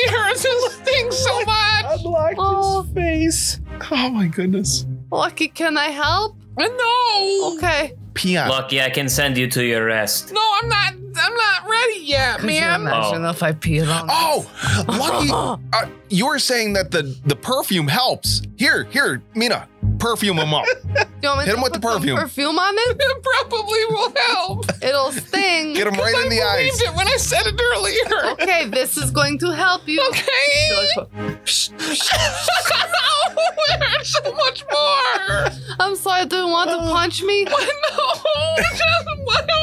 (laughs) really hurts. It stings so much. Unlocked Oh. face. Oh my goodness. Lucky, can I help? No. Okay. Peon. lucky I can send you to your rest. No, I'm not. I'm not ready yet, Could you man. imagine if I peed on Oh, (laughs) lucky. uh, you were saying that the, the perfume helps. Here, here, Mina, perfume (laughs) him up. Do you want me Hit to him with put the some perfume. perfume on it? It probably will (laughs) help. It'll sting. Get him right in the I eyes. believed it when I said it (laughs) earlier. okay, this is going to help you. Okay. She, like, (laughs) no, there's so much more. I'm sorry, do you want to punch me? (laughs) No, just what do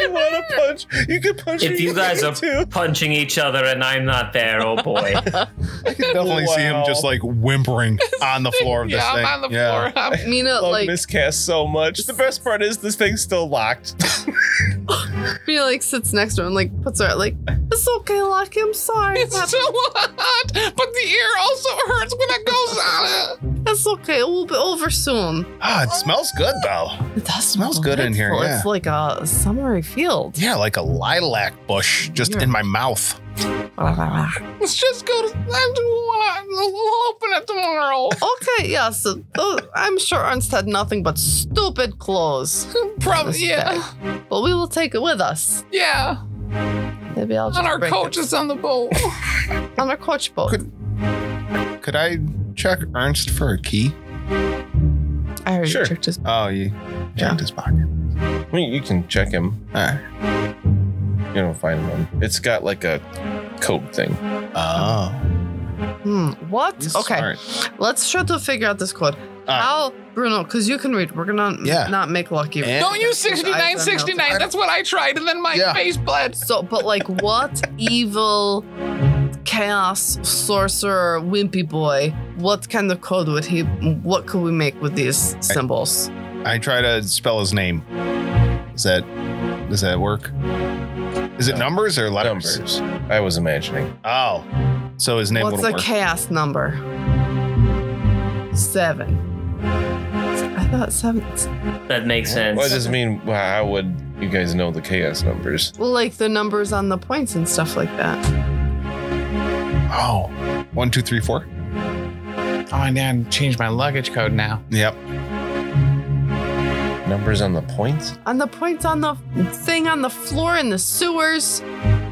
you want to punch? You could punch. If me you guys are too. punching each other and I'm not there, oh boy. I can definitely see him Wow. just like (laughs) whimpering on the floor of this Yeah, thing. I'm on the Yeah. floor. (laughs) I'm- Mina love like miscast so much. The best part is this thing's still locked. Mina like sits next to her and like puts her like it's okay, Lucky. I'm sorry. (laughs) It's It's, so hot, but the ear also hurts when it goes on it. it's okay. It will be over soon. Ah, it smells good though. It does Smells good in here, delightful. yeah. It's like a summery (laughs) field. Yeah, like a lilac bush just in my mouth. Let's just go to. I do want. We'll open it tomorrow. Okay, yes. uh, uh, I'm sure Ernst had nothing but stupid clothes. (laughs) Probably. this Yeah. day. But we will take it with us. Yeah. Maybe I'll just On our bring it. coaches on the (laughs) boat. on our coach boat. Could- Could I check Ernst for a key? I already Sure. checked his. Oh, you checked Yeah. his pocket. (laughs) I mean, you can check him. All right. You don't find him. It's got like a coat thing. Oh, Hmm. What? he's okay. smart. Let's try to figure out this code. right. How, Bruno? Because you can read. We're gonna Yeah. not make lucky. And- Don't use His eyes are melting. 6969. That's what I tried, and then my Yeah. face bled. So, but like, what evil chaos sorcerer wimpy boy? What kind of code would he? What could we make with these symbols? I try to spell his name. Is that does that work? Is it No. numbers or letters? Numbers. I was imagining. Oh, so his name What's would a work. chaos number? Seven. I thought seven. That makes sense. Well, I just mean, well, how would you guys know the chaos numbers? Well, like the numbers on the points and stuff like that. oh, one, two, three, four. Oh, I need to change my luggage code now. Yep. Numbers on the points? On the points on the thing on the floor in the sewers.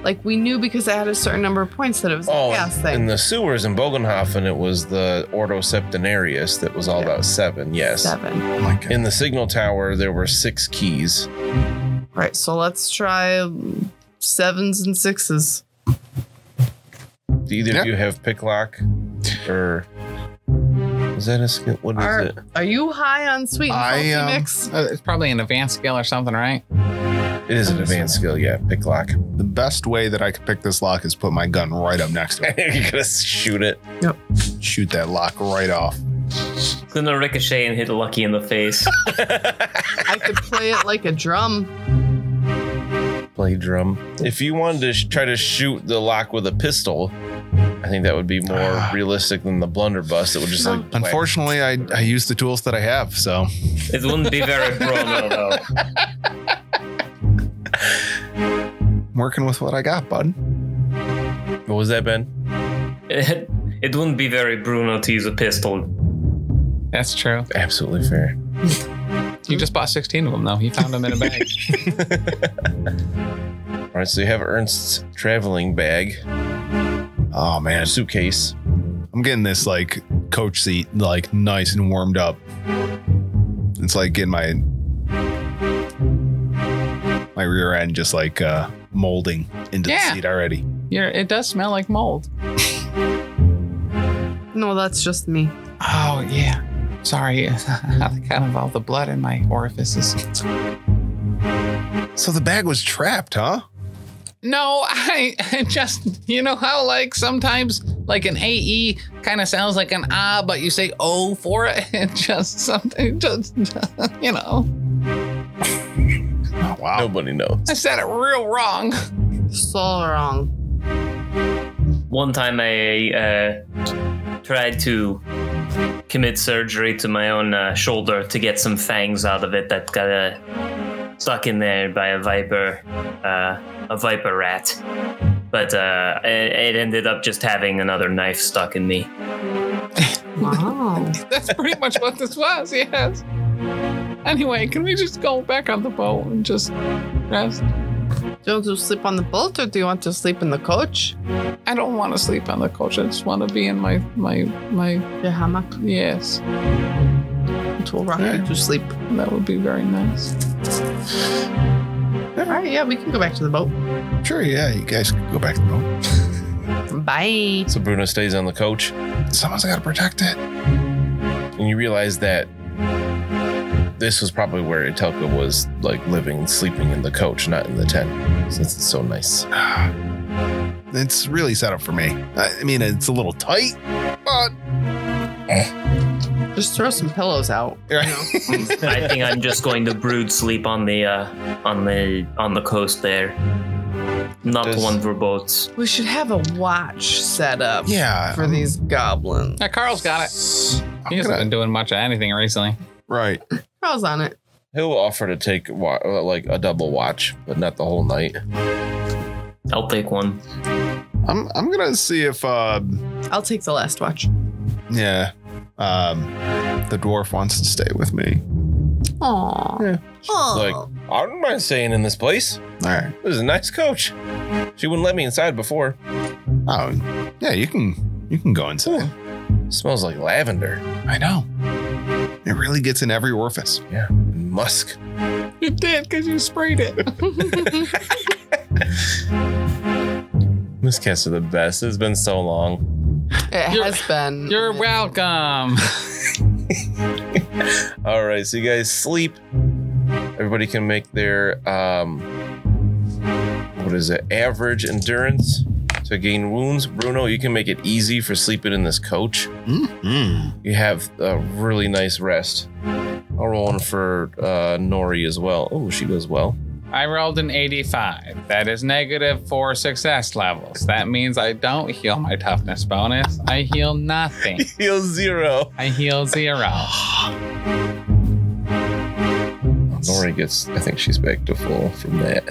Like we knew because I had a certain number of points that it was a Oh, chaos in, thing. in the sewers in Bogenhofen, it was the Ordo Septenarius that was all Yeah. about seven. Yes. Seven. Oh my god. In the signal tower, there were six keys. Right. So let's try um, sevens and sixes. Do either Yeah. of you have picklock or is that a skill? What is Are, it? are you high on sweet and I, salty um, mix? Uh, it's probably an advanced skill or something, right? It is an advanced skill. Yeah, picklock. (laughs) The best way that I could pick this lock is put my gun right up next (laughs) to it. You're gonna shoot it. Shoot that lock right off. Gonna ricochet and hit Lucky in the face. I could play it like a drum. Play drum. If you wanted to sh- try to shoot the lock with a pistol, I think that would be more Ah. realistic than the blunderbuss that would just like. whack. Unfortunately, I, I use the tools that I have, so It wouldn't be very Bruno though. (laughs) I'm working with what I got, bud. what was that, Ben? It, it wouldn't be very Bruno to use a pistol. That's true. Absolutely fair. You just bought 16 of them, though. He found them in a (laughs) bag. All right, so you have Ernst's traveling bag, Oh or man, suitcase. I'm getting this like coach seat like nice and warmed up. It's like getting my my rear end just like uh molding into Yeah. the seat already. You're, it does smell like mold. No, that's just me. Oh, yeah. Sorry, (laughs) I got involved the blood in my orifices. So the bag was trapped, huh? No, I I just, you know how, like, sometimes, like, an AE kind of sounds like an ah, but you say O for it. (laughs) It just something, just, (laughs) you know. Oh, wow. Nobody knows. I said it real wrong. (laughs) So wrong. One time I uh, tried to commit surgery to my own uh, shoulder to get some fangs out of it that got uh, stuck in there by a viper, uh, a viper rat. But uh, it, it ended up just having another knife stuck in me. (laughs) Wow. That's pretty much what this was, yes. Anyway, can we just go back on the boat and just rest? do you want to sleep on the boat or do you want to sleep in the coach? I don't want to sleep on the couch. I just want to be in my, my, my, Your hammock. yes. It will rock you to sleep. That would be very nice. All right, yeah, we can go back to the boat. Sure, yeah, you guys can go back to the boat. Bye. So Bruno stays on the coach, Someone's got to protect it. and you realize that this was probably where Itelka was like living, and sleeping in the coach, not in the tent. Since it's so nice. It's really set up for me. I I mean, it's a little tight, but Just throw some pillows out. I think I'm just going to brood sleep on the uh, on the on the coast there. Not Does- one for boats. We should have a watch set up yeah. for these goblins. Yeah, Carl's got it. I'm He hasn't gonna- been doing much of anything recently. right. Carl's on it. He'll offer to take wa- uh, like a double watch, but not the whole night. I'll take one. I'm I'm gonna see if uh I'll take the last watch. yeah um the dwarf wants to stay with me. Aww. Yeah. Like, I don't mind staying in this place. All right. This is a nice coach. She wouldn't let me inside before. Oh yeah, you can you can go inside. smells like lavender, I know. It really gets in every orifice. and musk. You did because you sprayed (laughs) it. (laughs) Miscasts are the best. It's been so long. it You're- has been. You're welcome. All right, so you guys sleep. Everybody can make their um, what is it? Average endurance to gain wounds. Bruno, you can make it easy for sleeping in this coach. Mm-hmm. You have a really nice rest. I'll roll one for uh, Nori as well. Oh, she does well. (laughs) I rolled an 85. That is negative four success levels. That means I don't heal my toughness bonus. I heal nothing. Heal zero. I heal zero. (laughs) Nori gets. I think she's back to full from that.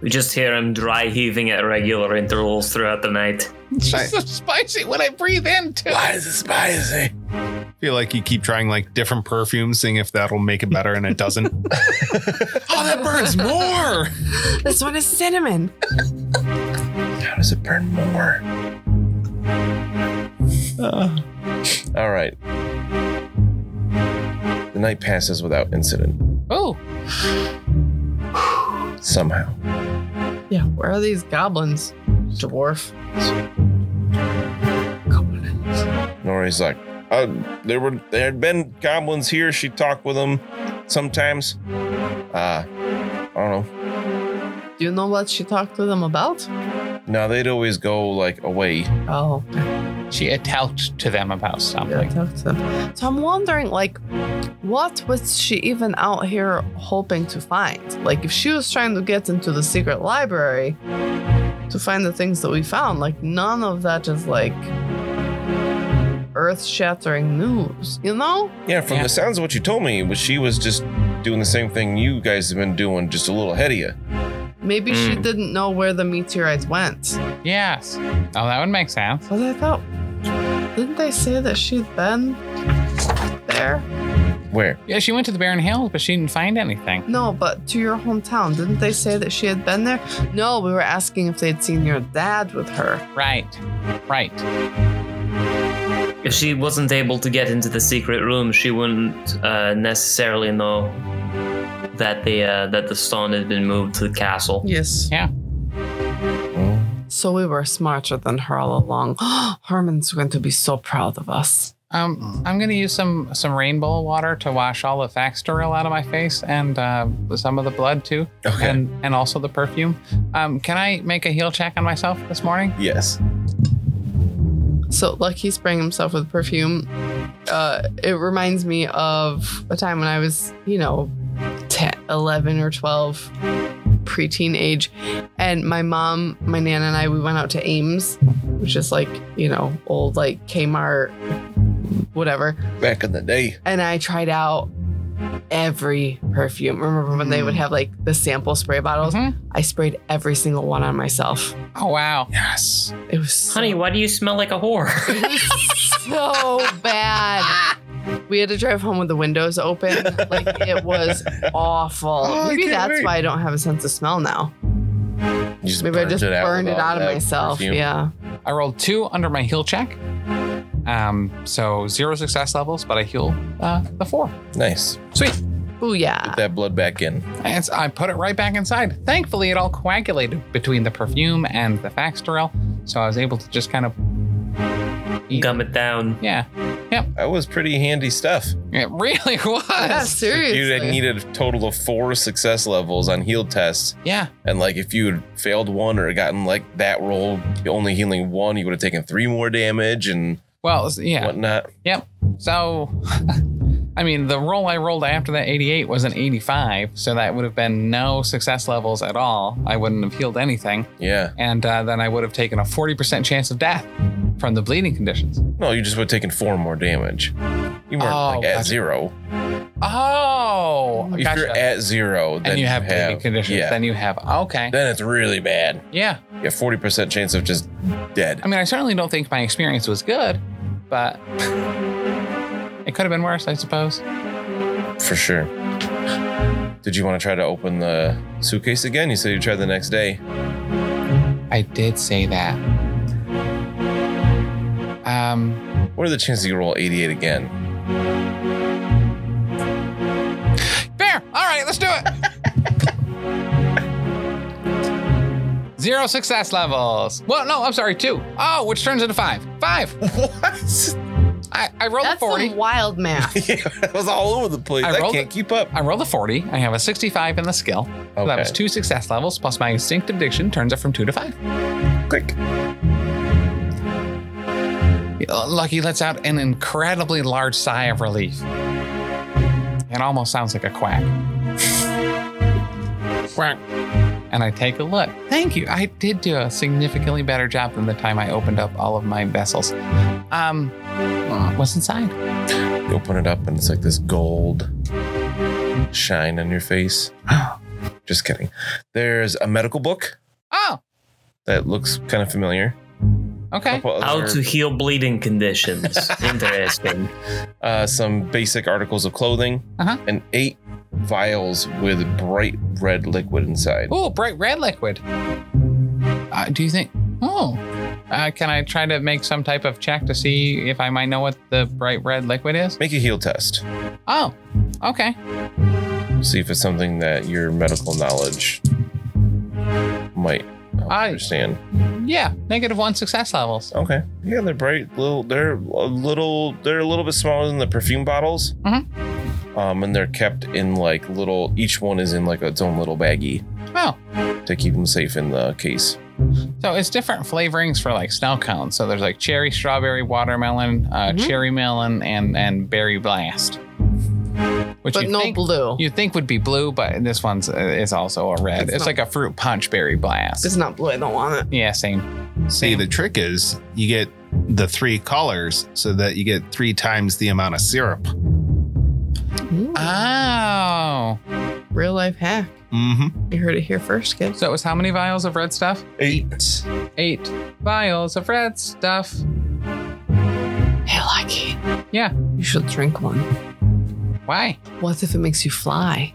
We just hear him dry heaving at regular intervals throughout the night. It's I- just so spicy when I breathe into it. Why is it spicy? Feel like you keep trying like different perfumes, seeing if that'll make it better, and it doesn't. oh, that burns more. This one is cinnamon. How does it burn more? Uh. All right. The night passes without incident, Oh, somehow. Yeah, where are these goblins? Dwarf. Nori's like, uh, there were there had been goblins here. She talked with them sometimes. Uh, I don't know. Do you know what she talked to them about? No, they'd always go like away. Oh, she talked to them about yeah, something. talk to them. So I'm wondering, like, what was she even out here hoping to find? Like, if she was trying to get into the secret library to find the things that we found, like, none of that is like earth-shattering news, you know? Yeah, from Yeah. the sounds of what you told me, was she was just doing the same thing you guys have been doing, just a little ahead of you. Maybe she Mm. didn't know where the meteorites went. Yes. Oh, that would make sense. But I thought, didn't they say that she'd been there? Where? Yeah, she went to the Barren Hills, but she didn't find anything. No, but to your hometown. Didn't they say that she had been there? No, we were asking if they'd seen your dad with her. Right. Right. If she wasn't able to get into the secret room, she wouldn't uh, necessarily know that the uh, that the stone had been moved to the castle. Yes. Oh, (gasps) So we were smarter than her all along. Herman's going to be so proud of us. Um, I'm gonna use some some rainbow water to wash all the Faxteril out of my face and uh, some of the blood too, Okay. and and also the perfume. Um, can I make a heal check on myself this morning? yes. So Lucky spraying himself with perfume. Uh, it reminds me of a time when I was, you know, 10, 11 or 12, preteen age. And my mom, my Nana, and I, we went out to Ames, which is like, you know, old like Kmart, whatever. Back in the day. And I tried out every perfume. Remember when they would have like the sample spray bottles? Mhm. I sprayed every single one on myself. Oh wow! Yes. It was so Honey, why do you smell like a whore? (laughs) so bad. We had to drive home with the windows open. Like it was awful. Oh, I Maybe can't that's wait. why I don't have a sense of smell now. You just Maybe I just burned it out of myself. Yeah. I rolled two under my heal check. Um, so zero success levels, but I heal uh, the four. Nice. Sweet. Ooh yeah. Put that blood back in. And so I put it right back inside. Thankfully, it all coagulated between the perfume and the Faxteril, so I was able to just kind of eat- Gum it down. Yeah, That was pretty handy stuff. it really (laughs) was. Yeah, You had seriously. needed a total of four success levels on heal tests. Yeah. And like if you had failed one or gotten like that roll, only healing one, you would have taken three more damage and Well, s- yeah. whatnot. So, (laughs) I mean, the roll I rolled after that 88 was an 85, so that would have been no success levels at all. I wouldn't have healed anything, Yeah. and uh, then I would have taken a 40% chance of death from the bleeding conditions. No, you just would have taken four more damage. You weren't Oh, like at gotcha. zero. Oh, If gotcha. you're at zero, then and you have bleeding conditions, Yeah. then you have okay. then it's really bad. Yeah, You have 40% chance of just dead. I mean, I certainly don't think my experience was good, but (laughs) it could have been worse, I suppose. For sure. Did you want to try to open the suitcase again? You said you tried the next day. I did say that. Um. What are the chances you roll 88 again? Fair. All right, let's do it. (laughs) Zero success levels. Well, no, I'm sorry, two. Oh, which turns into five. Five. What? I, I rolled That's a 40. some wild math. (laughs) yeah, that was all over the place. I I, rolled can't it. keep up. I rolled a 40. I have a 65 in the skill. So that Okay. was two success levels, plus my instinctive diction turns it from two to five. Click. Uh, Lucky lets out an incredibly large sigh of relief. It almost sounds like a quack. Quack. And I take a look. Thank you. I did do a significantly better job than the time I opened up all of my vessels. Um, uh, what's inside? You open it up and it's like this gold shine on your face. (gasps) Just kidding. There's a medical book Oh, that looks kind of familiar. okay. Couple How other- to heal bleeding conditions. Interesting. uh, some basic articles of clothing, Uh-huh. and eight vials with bright red liquid inside. Oh, bright red liquid. Uh, do you think? Oh, uh, can I try to make some type of check to see if I might know what the bright red liquid is? Make a heal test. Oh, okay. See if it's something that your medical knowledge might help I- understand. Yeah, negative one success levels. Okay. Yeah, they're bright. Little. They're a little. They're a little bit smaller than the perfume bottles. Mhm. Um, and they're kept in like little. Each one is in like its own little baggie Oh, to keep them safe in the case. so it's different flavorings for like snow cones. So there's like cherry, strawberry, watermelon, uh, Mhm. cherry melon, and and berry blast. Which But you no think blue. you think would be blue, but this one's uh, is also a red. It's It's, not- like a fruit punch berry blast. It's not blue. I don't want it. yeah, same. See, the trick is you get the three colors so that you get three times the amount of syrup. Ooh, Ah. Oh, real life hack. Mm-hmm. You heard it here first, kids. so it was how many vials of red stuff? Eight. Eight vials of red stuff. Hey, Lucky. Yeah. You should drink one. Why? What if it makes you fly?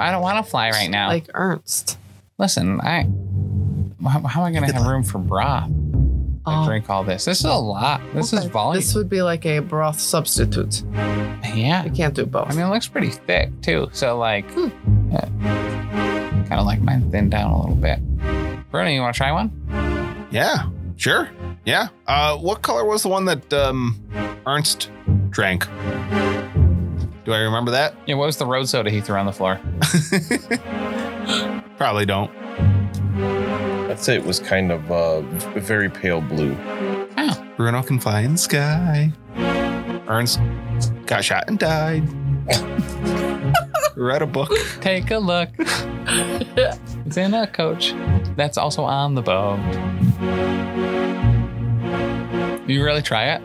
I don't want to fly right now. Like Ernst. Listen, I how, how am I going to have room for broth? I drink all this. This is a lot. This is Okay. volume. Oh, This would be like a broth substitute. yeah. I can't do both. I mean, it looks pretty thick too. So like, Hmm. kind of like mine thinned down a little bit. Bruno, you want to try one? Yeah. Sure. Yeah. Uh, what color was the one that um, Ernst drank. Do I remember that? Yeah, what was the road soda he threw on the floor? Probably don't. I'd say it was kind of uh, v- very pale blue. Bruno can fly in the sky. Ernst got shot and died. Read a book. Take (laughs) a look. it's in a coach. That's also on the boat. You really try it?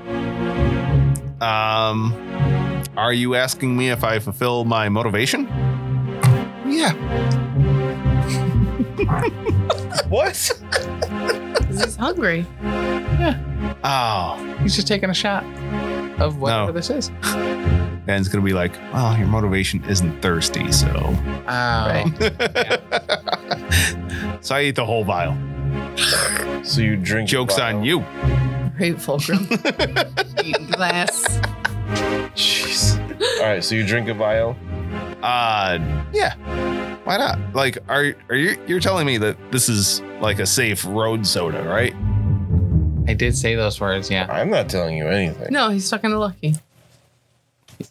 Um, are you asking me if I fulfill my motivation? Yeah. What? 'Cause he's hungry. Oh, He's just taking a shot of whatever No. this is. Ben's gonna be like, well, your motivation isn't thirsty, so. (laughs) Oh. so I eat the whole vial. So you drink. Joke's vial. on you. Great (laughs) fulcrum. Eating glass. Jeez. All right, so you drink a vial. Uh, yeah. Why not? Like, are are you you're telling me that this is like a safe road soda, right? I did say those words, yeah. I'm not telling you anything. No, he's stuck in a lucky.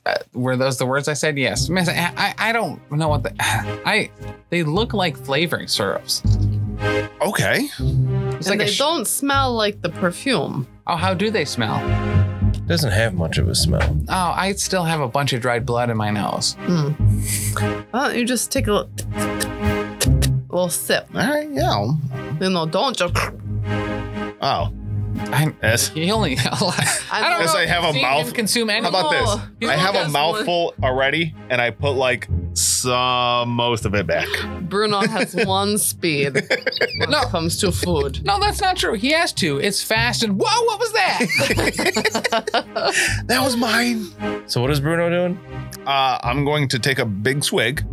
Uh, Were those the words I said? Yes. Miss, I, I, I don't know what the. (sighs) I. They look like flavoring syrups. Okay. It's and like they a sh- don't smell like the perfume. oh, how do they smell? Doesn't have much of a smell. Oh, I still have a bunch of dried blood in my nose. Hmm. Why don't you just take a little, little sip? All right. Yeah. You know, don't just. Oh. I'm. Yes. He only. (laughs) I don't know. As I if have a you've seen him mouth- Consume any. How about Oh, this? you I have a guys mouthful already, and I put like some most of it back. Bruno (laughs) has one speed when No. it comes to food. No, that's not true. He has to. It's fast and whoa, what (laughs) was that? That was mine. So what is Bruno doing? Uh, I'm going to take a big swig,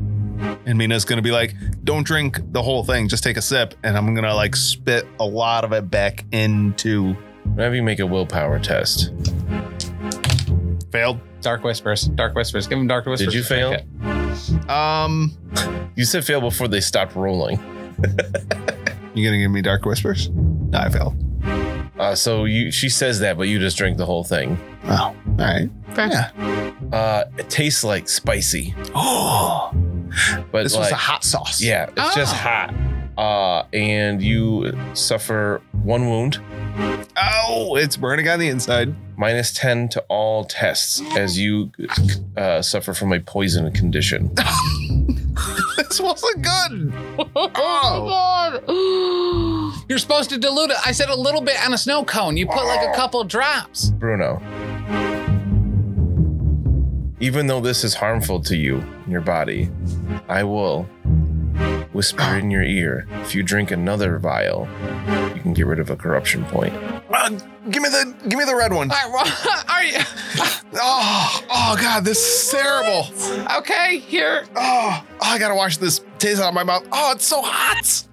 and Mina's gonna be like, "Don't drink the whole thing. Just take a sip." And I'm gonna like spit a lot of it back into. Have you make a willpower test? Failed. dark whispers. Dark whispers. Give him dark whispers. you fail? Okay. Um, You said fail before they stopped rolling. you gonna give me dark whispers? No, I failed. Uh, so you, she says that, but you just drink the whole thing. Oh, all (gasps) right. Fair. Yeah. Uh, it tastes like spicy, Oh, but this was like, a hot sauce. yeah, it's just Oh. hot. Uh, and you suffer one wound, Oh, it's burning on the inside. (laughs) minus ten to all tests, as you uh, suffer from a poison condition. this wasn't good. (laughs) Oh my god! You're supposed to dilute it. I said a little bit on a snow cone. You put like a couple drops. Bruno, even though this is harmful to you and your body, I will whisper in your ear if you drink another vial, you can get rid of a corruption point. Uh, give me the give me the red one. (laughs) I- Are you Oh, oh god, this is terrible. okay? Here, Oh, oh, I gotta wash this taste out of my mouth. Oh, it's so (laughs) hot.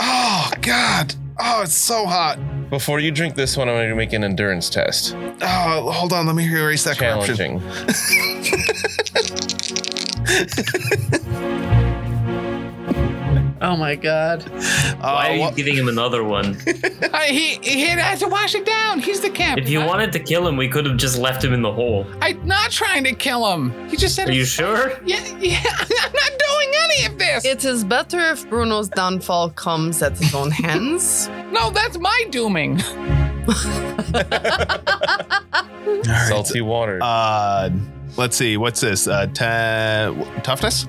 oh god. Oh, it's so hot. Before you drink this one, I'm going to make an endurance test. Oh, hold on. Let me erase that corruption. Challenging. Oh my god! Uh, Why are you what- giving him another one? I, Uh, he he had to wash it down. He's the captain. if you wanted to kill him, we could have just left him in the hole. I'm not trying to kill him. He just said, Are you sure? (laughs) "Yeah, yeah." (laughs) I'm not doing any of this. It is better if Bruno's downfall comes at his own hands. no, that's my dooming. (laughs) all right. Salty water. Uh, let's see. What's this? Uh, te- toughness?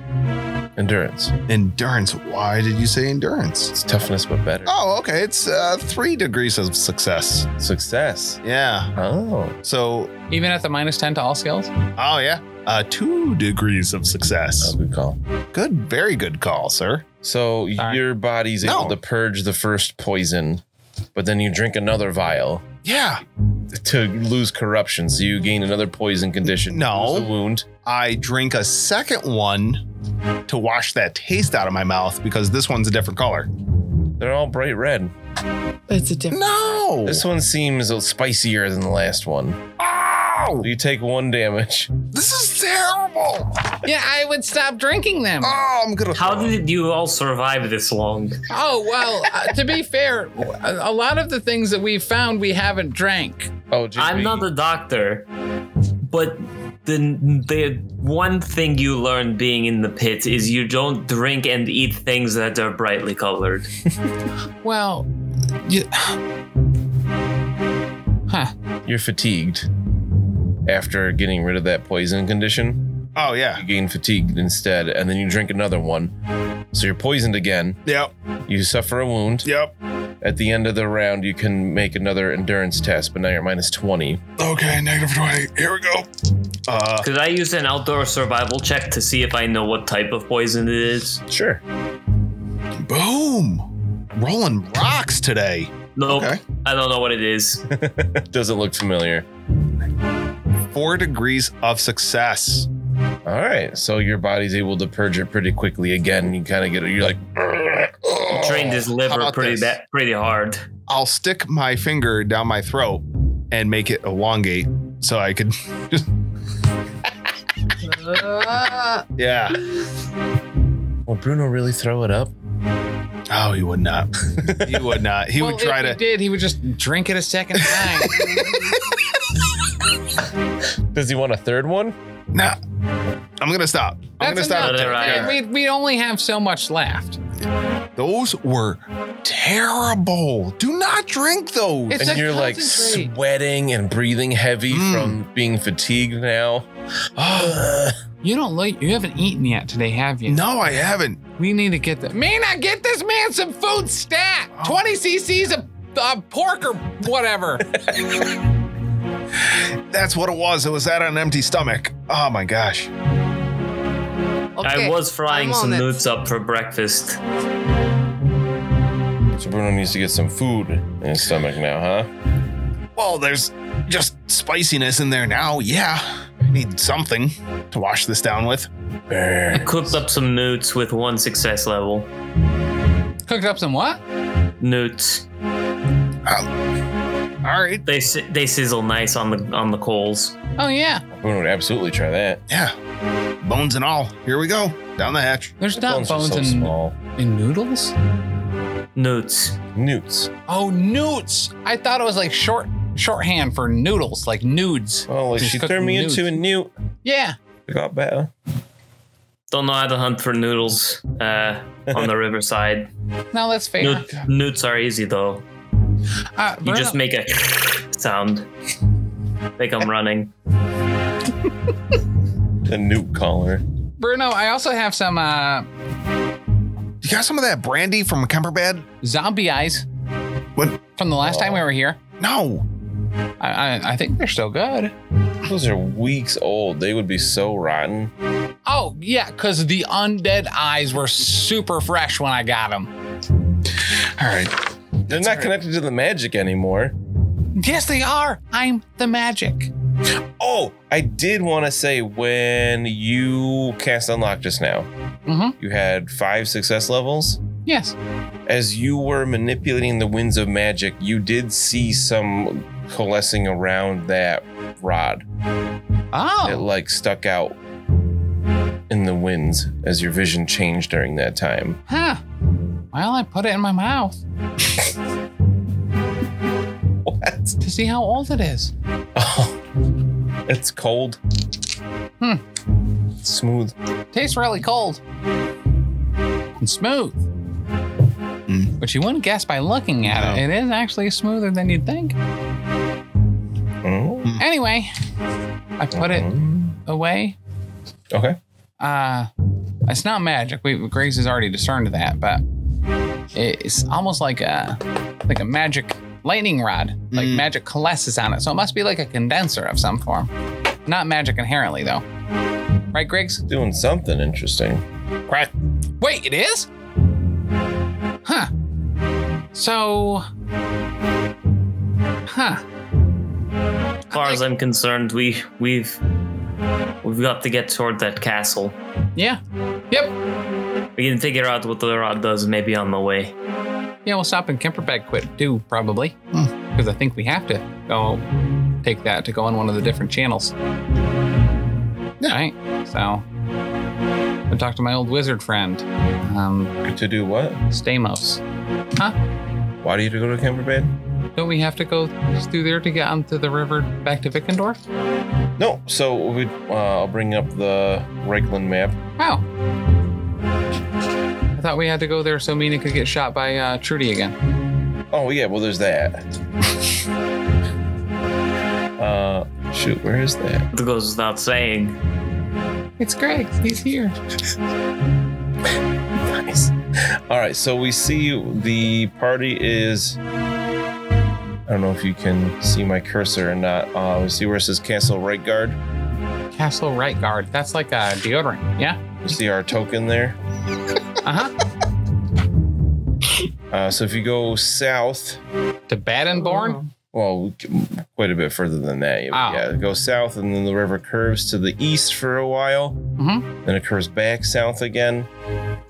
endurance. Endurance. Why did you say endurance? It's toughness, but better. Oh, okay. It's uh, three degrees of success. Success. Yeah. Oh. So, Even at the minus 10 to all skills? oh yeah. Uh, two degrees of oh success. good call. Good, very good call, sir. So Sorry. your body's No. able to purge the first poison, but then you drink another vial. Yeah. to lose corruption, so you gain another poison condition. No. lose a wound. I drink a second one to wash that taste out of my mouth because this one's a different color. They're all bright red. It's a (laughs) different. No. This one seems spicier than the last one. Oh, You take one damage. this is terrible. Yeah, I would stop drinking them. Oh, I'm gonna. How throw did you all survive this long? Oh well. uh, to be fair, a a lot of the things that we found we haven't drank. Oh, geez, I'm not a doctor, but the the one thing you learn being in the pit is you don't drink and eat things that are brightly colored. Well, (sighs) you, you're fatigued after getting rid of that poison condition. Oh yeah. You gain fatigued instead, and then you drink another one. So you're poisoned again. Yep. You suffer a wound. Yep. At the end of the round, you can make another endurance test, but now you're minus 20. Okay, negative twenty. Here we go. Uh, Could I use an outdoor survival check to see if I know what type of poison it is? Sure. boom. Rolling rocks today. Nope. Okay. Oh, I don't know what it is. (laughs) Doesn't look familiar. Four degrees of success. All right. So your body's able to purge it pretty quickly again. You kind of get it. You're like, Drained his liver about pretty this? ba- pretty hard. I'll stick my finger down my throat and make it elongate so I could just Uh, yeah. will Bruno really throw it up? Oh, he would not. (laughs) He would not. He well, would try if to. He did. He would just drink it a second time. Does he want a third one? Nah. I'm gonna stop. I'm gonna That's stop. enough. another. Right, We, we only have so much left. Those were terrible. Do not drink those. It's and a you're like concentrate. sweating and breathing heavy Mm. from being fatigued now. (sighs) You don't like. You haven't eaten yet today, have you? no, I haven't. We need to get that. Mina, get this man some food stat. Oh. Twenty cc's of uh, pork or (laughs) whatever. That's what it was. It was at an empty stomach. Oh my gosh. okay. I was frying I'm on some it. nuts up for breakfast. So Bruno needs to get some food in his stomach now, huh? Well, there's just spiciness in there now. Yeah. I need something to wash this down with. I cooked up some nuts with one success level. Cooked up some what? Nuts. All right. They si- they sizzle nice on the on the coals. Oh yeah. Bruno would absolutely try that. Yeah. Bones and all. Here we go. Down the hatch. There's not are bones, so in, small. in noodles. Nuts. Newts. Oh, newts. I thought it was like short shorthand for noodles, like nudes. Oh, like Just she cook turned me newts. into a newt. Yeah. I got better. Don't know how to hunt for noodles uh, on the riverside. No, that's fair. Newt, newts are easy though. Uh, You Bruno- just make a (laughs) sound. Like I'm running. The newt collar. Bruno, I also have some uh, You got some of that brandy from Kemperbad? zombie eyes. What? From the last Oh. time we were here. No. I, I, I think they're still good. Those are weeks old. They would be so rotten. Oh, yeah, because the undead eyes were super fresh when I got them. All right. They're not connected to the magic anymore. Yes, they are. I'm the magic. Oh, I did want to say when you cast unlock just now, Mhm. you had five success levels. Yes. As you were manipulating the winds of magic, you did see some coalescing around that rod. It Oh, like stuck out in the winds as your vision changed during that time. (laughs) huh. Well, I put it in my mouth What? (laughs) to see how old it is. Oh, it's cold. Hmm. Smooth. Tastes really cold and smooth. But you wouldn't guess by looking at it. It is actually smoother than you'd think. Mm. Anyway, I put it away. Okay. uh it's not magic we grace has already discerned that but it's almost like a like a magic lightning rod like Mm. magic coalesces on it so it must be like a condenser of some form not magic inherently though right griggs Doing something interesting. right wait it is huh so huh As far as I'm concerned, we we've we've got to get toward that castle. yeah yep We can figure out what the rod does maybe on the way. Yeah, we'll stop in Kemperbag quit too, probably. Because I think we have to go take that to go on one of the different channels. Right? So I talked to my old wizard friend, um, To do what? Stamos. Why do you have to go to Camper Bed? Don't we have to go through there to get onto the river back to Vickendorf? No, so we, uh, I'll bring up the Reichland map. Wow. I thought we had to go there so Mina could get shot by uh, Trudy again. Oh yeah, well there's that. (laughs) uh, shoot, where is that? It goes without saying. It's Greg. He's here. Nice. All right, so we see the party is. I don't know if you can see my cursor or not. Uh, we see where it says Castle Right Guard. Castle Right Guard. That's like a deodorant. (laughs) Yeah. You see our token there. Uh huh. Uh, so if you go south, To Badenborn. well, we can- quite a bit further than that. Ow. Yeah, go south, and then the river curves to the east for a while. Mhm. Then it curves back south again.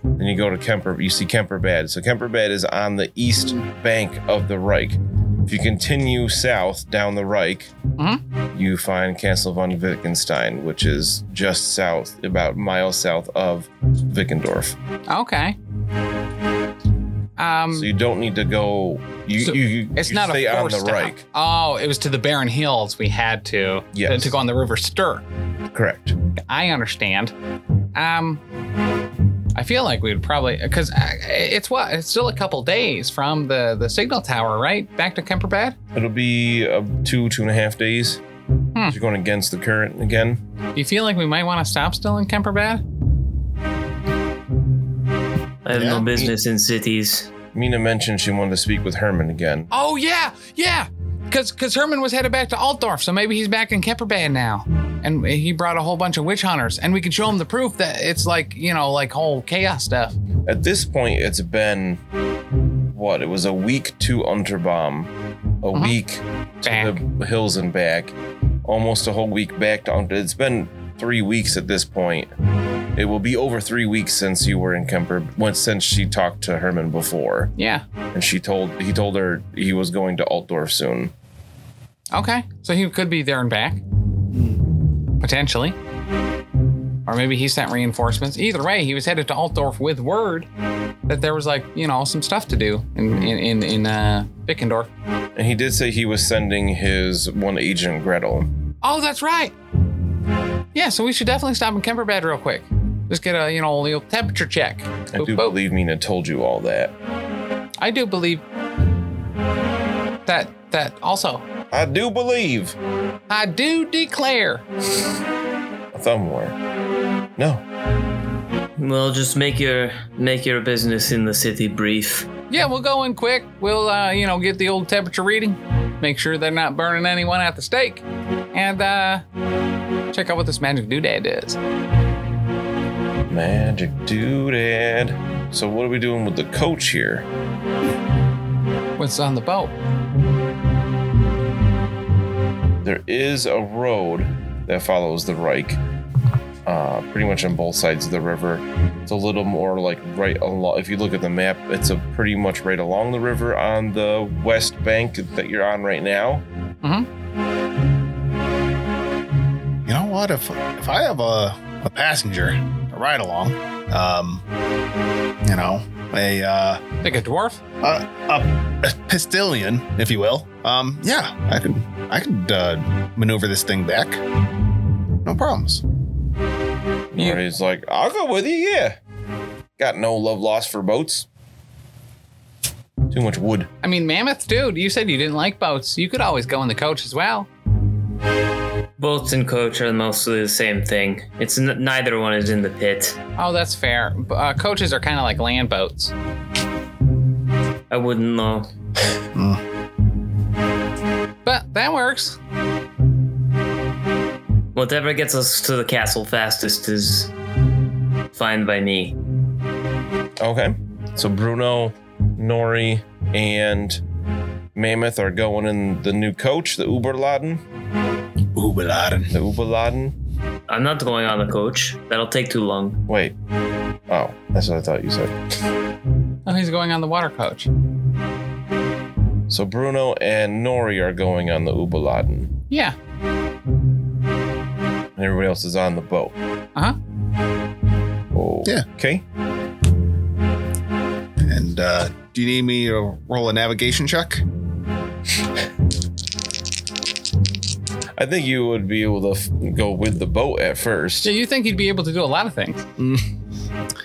Then you go to Kemper. You see Kemperbad. So Kemperbad is on the east bank of the Reich. If you continue south down the Reich, Mhm. you find Castle von Wittgenstein, which is just south, about a mile south of Wickendorf. Okay. Um, so you don't need to go. You, So you, you it's you not stay a on forced the stop. Reich. Oh, it was to the Barren Hills. We had to Yes. to go on the River Stir. Correct. I understand. Um, I feel like we'd probably because it's what it's still a couple days from the the signal tower, right? Back to Kemperbad. It'll be uh, two, two and a half days. Hmm. You're going against the current again. Do you feel like we might want to stop still in Kemperbad? I have Yeah. no business in cities. Mina mentioned she wanted to speak with Herman again. Oh yeah, yeah. Cause, Cause Herman was headed back to Altdorf, so maybe he's back in Kemperbad now, and he brought a whole bunch of witch hunters, and we could show him the proof that it's like you know like whole chaos stuff. At this point, it's been what? It was a week to Unterbaum, a Mhm. week to the hills and back, almost a whole week back to Unter. It's been three weeks at this point. It will be over three weeks since you were in Kemper. Once since she talked to Herman before, Yeah. and she told he told her he was going to Altdorf soon. Okay. So he could be there and back. Potentially. Or maybe he sent reinforcements. Either way, he was headed to Altdorf with word that there was like, you know, some stuff to do in in in, in uh Bickendorf. And he did say he was sending his one agent Gretel. Oh, that's right. Yeah, so we should definitely stop in Kemperbad real quick. Just get a, you know, little temperature check. I Boop, do boop. believe Mina told you all that. I do believe that that also. I do believe. I do declare. A thumb war. No. Well, just make your make your business in the city brief. Yeah, we'll go in quick. We'll, uh, you know, get the old temperature reading, make sure they're not burning anyone at the stake, and uh, check out what this magic doodad is. Magic doodad. So what are we doing with the coach here? What's on the boat? There is a road that follows the Reich. Uh, pretty much on both sides of the river. It's a little more like right along. If you look at the map, it's a pretty much right along the river on the west bank that you're on right now. You know what? If if I have a, a passenger, a ride along, um, you know, a uh, Like a dwarf? a pistillion, if you will, um, yeah, I could I could uh, maneuver this thing back. No problems. You- Or he's like, I'll go with you, yeah. Got no love lost for boats. Too much wood. I mean, mammoth, dude. You said you didn't like boats. You could always go in the coach as well. Boats and coach are mostly the same thing. It's n- neither one is in the pit. Oh, that's fair. B- Uh, coaches are kind of like land boats. I wouldn't know. But that works. Whatever gets us to the castle fastest is fine by me. Okay. So Bruno, Nori, and Mammoth are going in the new coach, the Uberladen. Ubaladen. The Uberladen. I'm not going on the coach. That'll take too long. Wait. Oh, that's what I thought you said. Oh, he's going on the water coach. So Bruno and Nori are going on the Uberladen, Yeah. and everybody else is on the boat. Uh huh. Oh, Yeah. Okay. And uh, do you need me to roll a navigation check? I think you would be able to f- go with the boat at first. Yeah, you think he'd be able to do a lot of things,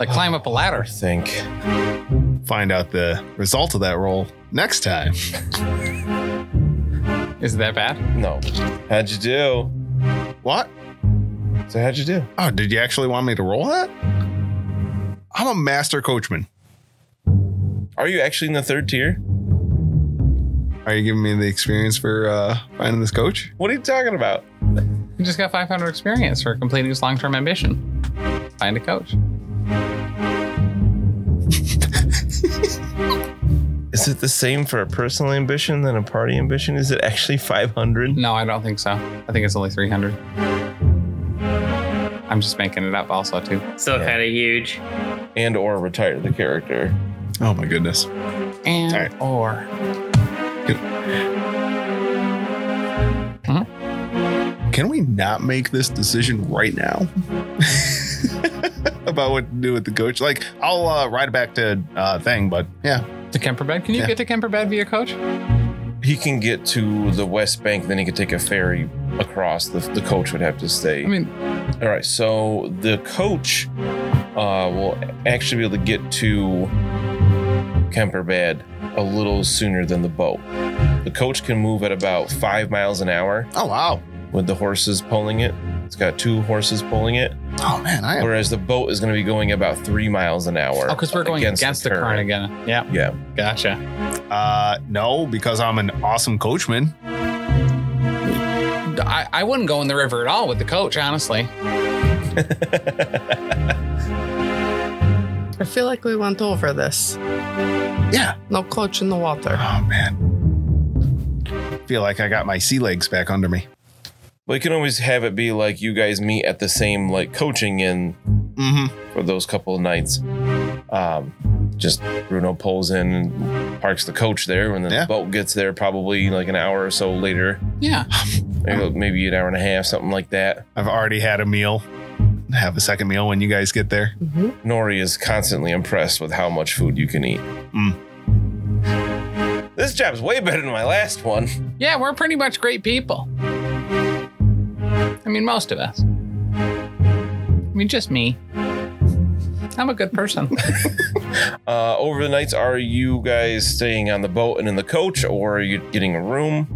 like climb up a ladder. I think. Find out the result of that roll next time. Is that bad? No. How'd you do? What? So how'd you do? Oh, did you actually want me to roll that? I'm a master coachman. Are you actually in the third tier? Are you giving me the experience for uh, finding this coach? What are you talking about? He just got 500 experience for completing his long-term ambition. Find a coach. Is it the same for a personal ambition than a party ambition? Is it actually 500? No, I don't think so. I think it's only 300. I'm just making it up, also too. Still Yeah. kind of huge. And or retire the character. Oh my goodness. And All right. or Can we not make this decision right now? (laughs) About what to do with the coach? Like, I'll uh, ride back to uh, thing, but yeah, to Kemperbed. Can you Yeah. get to Kemperbed via coach? He can get to the West Bank, then he could take a ferry across. The, the coach would have to stay. I mean, All right, so the coach uh, will actually be able to get to Kemperbad a little sooner than the boat. The coach can move at about five miles an hour Oh wow. with the horses pulling it. It's got two horses pulling it, Oh man, I am. whereas the boat is going to be going about three miles an hour. oh, because we're going against, the, current again. Yeah, Yeah. gotcha. Uh, no, because I'm an awesome coachman. I, I wouldn't go in the river at all with the coach, honestly. I feel like we went over this. Yeah. No coach in the water. Oh man. Feel like I got my sea legs back under me. Well, you can always have it be like you guys meet at the same like coaching in Mm-hmm. for those couple of nights. Um, just Bruno pulls in and parks the coach there, and then Yeah. the boat gets there probably like an hour or so later, Yeah. maybe, maybe an hour and a half, something like that. I've already had a meal. Have a second meal when you guys get there. Nori is constantly impressed with how much food you can eat. This job's way better than my last one. Yeah, we're pretty much great people. I mean, most of us. I mean, just me. I'm a good person. Uh, over the nights, are you guys staying on the boat and in the coach, or are you getting a room?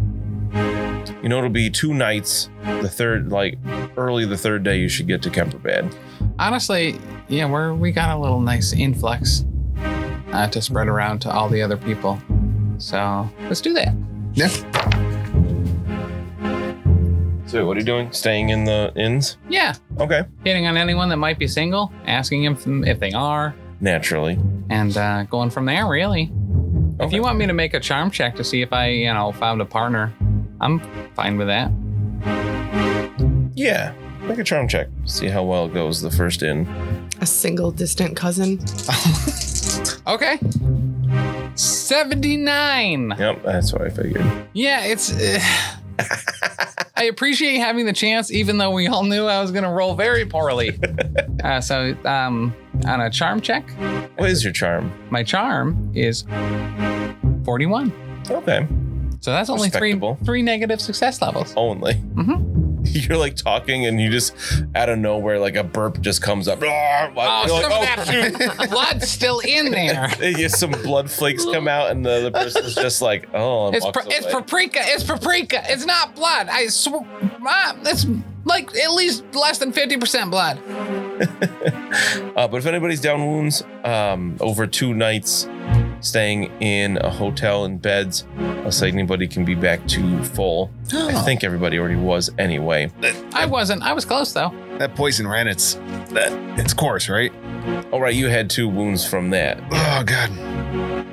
You know, it'll be two nights. The third, like early the third day, you should get to Kemperbad. Honestly, yeah, we're we got a little nice influx uh, to spread around to all the other people. So let's do that. Yeah. So, what are you doing? Staying in the inns? Yeah, Okay. hitting on anyone that might be single, asking them if they are, Naturally. and uh, going from there. Really, if Okay. you want me to make a charm check to see if I, you know, found a partner, I'm fine with that. Yeah. Make a charm check. See how well it goes the first inn. A single distant cousin. Okay. 79. Yep, that's what I figured. Yeah, it's. eh. I appreciate having the chance, even though we all knew I was going to roll (laughs) very poorly. uh, so, um, on a charm check, What is your charm? my charm is 41. Okay. So that's only three, Respectable. Oh, three negative success levels. Only. Mm-hmm. (laughs) You're like talking, and you just out of nowhere, like a burp just comes up. (laughs) Oh, You're like, some "Oh, of that (laughs) blood's still in there. yeah, some blood flakes come out, and the other person's just like, "Oh, and It's, walks pr- it's away. paprika. It's paprika. It's not blood. I swear. Ah, it's like at least less than 50% blood. uh, but if anybody's down wounds, um, over two nights staying in a hotel in beds, I'll say anybody can be back to full. I think everybody already was anyway. (gasps) I wasn't. I was close, though. That poison ran its that its course, right? All right, you had two wounds from that. Oh god.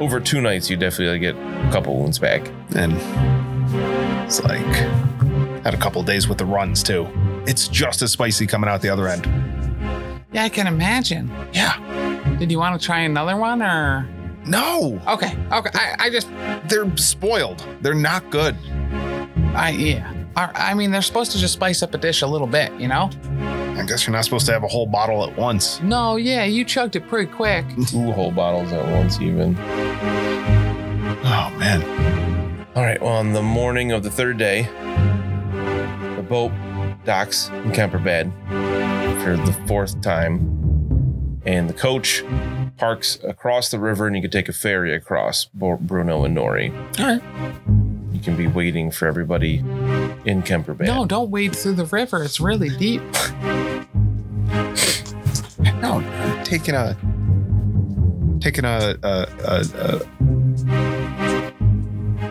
Over two nights, you definitely get a couple wounds back. And it's like had a couple days with the runs too. It's just as spicy coming out the other end. Yeah, I can imagine. Yeah. Did you want to try another one or? No, Okay, okay. I, I just, they're spoiled. They're not good. I yeah. I, I mean, they're supposed to just spice up a dish a little bit, you know? I guess you're not supposed to have a whole bottle at once. No, yeah, you chugged it pretty quick. Two whole bottles at once, even. Oh man. Oh, All right, well, on the morning of the third day, the boat docks in Camperbad for the fourth time. And the coach parks across the river, and you can take a ferry across Bor- Bruno and Nori. All right. You can be waiting for everybody in Camperbad. No, don't wade through the river. It's really deep. No, I'm taking a taking a, a, a, a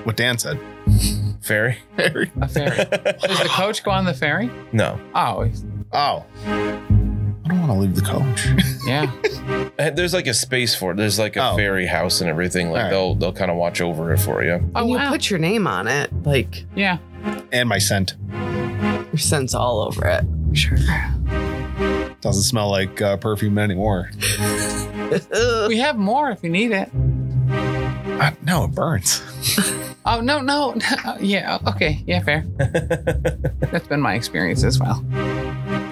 what Dan said. Ferry? A ferry. Does the coach go on the ferry? (laughs) No. Oh, he's- Oh, I don't want to leave the coach. yeah. Uh, There's like a space for it. There's like a Oh. ferry house and everything. Like All right. they'll they'll kind of watch over it for you. Oh, and you wow. put your name on it, like Yeah. (laughs) and my scent your scent's all over it. Sure. doesn't smell like uh, perfume anymore. Ugh. (laughs) We have more if you need it. Uh, no, it burns. Oh, no, no. (laughs) no. Yeah. Okay. Yeah, fair. That's been my experience as well.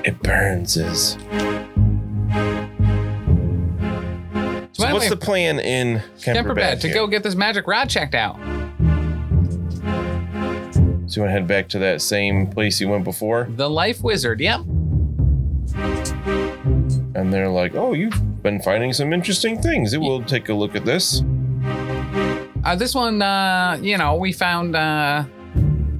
It burns. Is so. By the what's way- the plan in Temper Camperbad? to here? go get this magic rod checked out. So you want to head back to that same place you went before, The life wizard. Yep. and they're like, "Oh, you've been finding some interesting things. It will take a look at this." Uh, this one, uh, you know, we found, uh,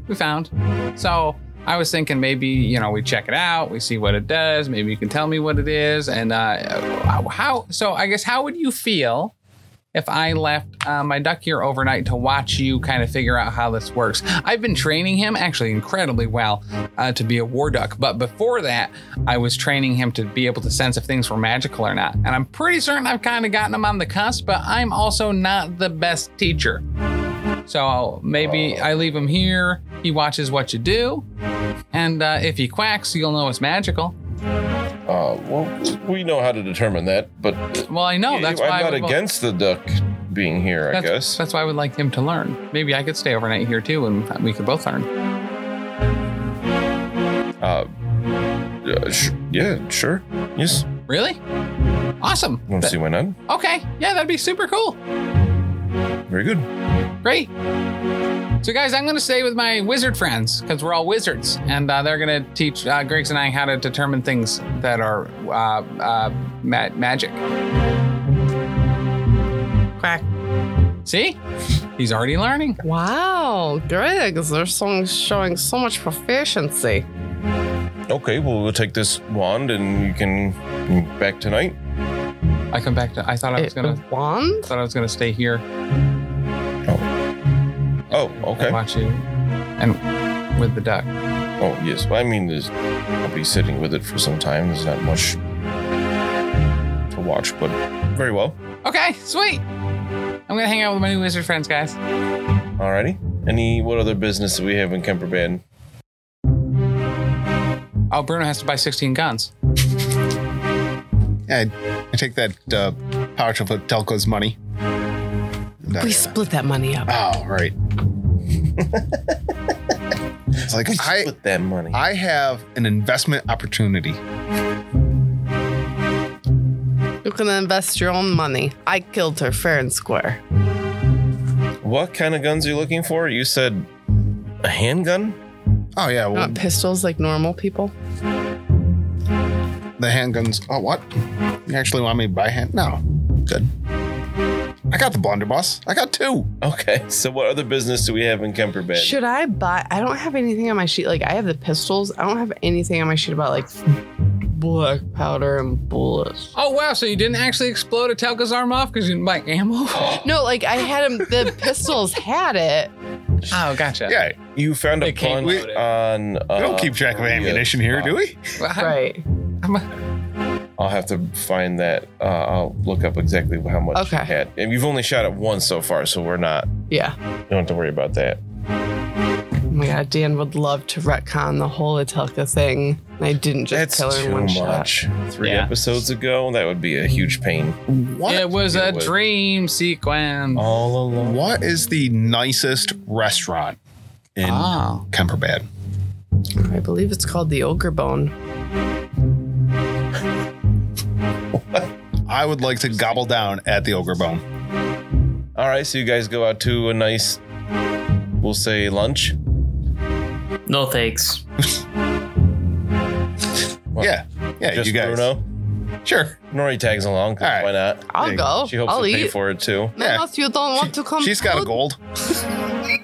we found. So I was thinking maybe, you know, we check it out, we see what it does. Maybe you can tell me what it is, and uh, how. So I guess how would you feel if I left uh, my duck here overnight to watch you kind of figure out how this works? I've been training him actually incredibly well uh, to be a war duck, but before that, I was training him to be able to sense if things were magical or not. And I'm pretty certain I've kind of gotten him on the cusp, but I'm also not the best teacher. So maybe I leave him here. He watches what you do, and uh, if he quacks, you'll know it's magical. Uh, well, we know how to determine that, but Well, I know Oh, that's I'm why I not would- well, against the duck being here. I that's, guess. that's why I would like him to learn. Maybe I could stay overnight here too, and we could both learn. Uh, yeah, sh- yeah, sure. Yes, Really? Awesome. I don't Th- see why not. okay. Yeah, that'd be super cool. Very good. Great. So, guys, I'm going to stay with my wizard friends because we're all wizards, and uh, they're going to teach uh, Griggs and I how to determine things that are uh, uh, ma- magic. Quack. See? He's already learning. Wow, Griggs, they're so, showing so much proficiency. Okay, well, we'll take this wand and you can back tonight. I come back to. I thought I was It- going to. a wand? Thought I was going to stay here Oh, and okay. watch you, and with the duck. Oh, yes. Well, I mean, there's, I'll be sitting with it for some time. There's not much to watch, but very well. Okay, sweet. I'm going to hang out with my new wizard friends, guys. Alrighty. Any what other business do we have in Kemperbad? Oh, Bruno has to buy 16 guns. Yeah, I, I take that uh, pouch of Telco's money. And I- We split that money up. Oh, right. (laughs) it's like I, with that money. I have an investment opportunity. You're gonna invest your own money. I killed her fair and square. what kind of guns are you looking for? You said a handgun? Oh yeah, well Not pistols like normal people. the handguns. Oh what? You actually want me to buy hand? No, good. I got the blunderbuss. I got two. Okay. (laughs) So what other business do we have in Kemperbad? Should I buy? I don't have anything on my sheet. Like I have the pistols. I don't have anything on my sheet about like black powder and bullets. Oh wow! So you didn't actually explode a Telka's arm off because you didn't buy (gasps) ammo? oh, No, like I had 'em- The pistols had it. gotcha. Yeah, You found a They pawn can't load it. on. Uh, we don't keep track of ammunition here, do we? Well, how- Right. I'll have to find that. Uh, I'll look up exactly how much Okay. you had. And you've only shot it once so far, so we're not. Yeah. You don't have to worry about that. Oh my god, Dan would love to retcon the whole Atelka thing. I didn't That's just kill her in too one shot. much. Three Yeah. episodes ago, that would be a huge pain. What? It was It a was- dream sequence. Oh. All along. What is the nicest restaurant in Oh. Kemperbad? I believe it's called the Ogre Bone. I would like to gobble down at the ogre bone. All right, so you guys go out to a nice, we'll say lunch. No thanks. Well, yeah. Yeah, Just you guys. Bruno. Sure. Nori tags along. 'cause All right. Why not? I'll Hey, go. She hopes I'll to eat. pay for it too. Yeah. Unless you don't want to come. She's got a food. gold.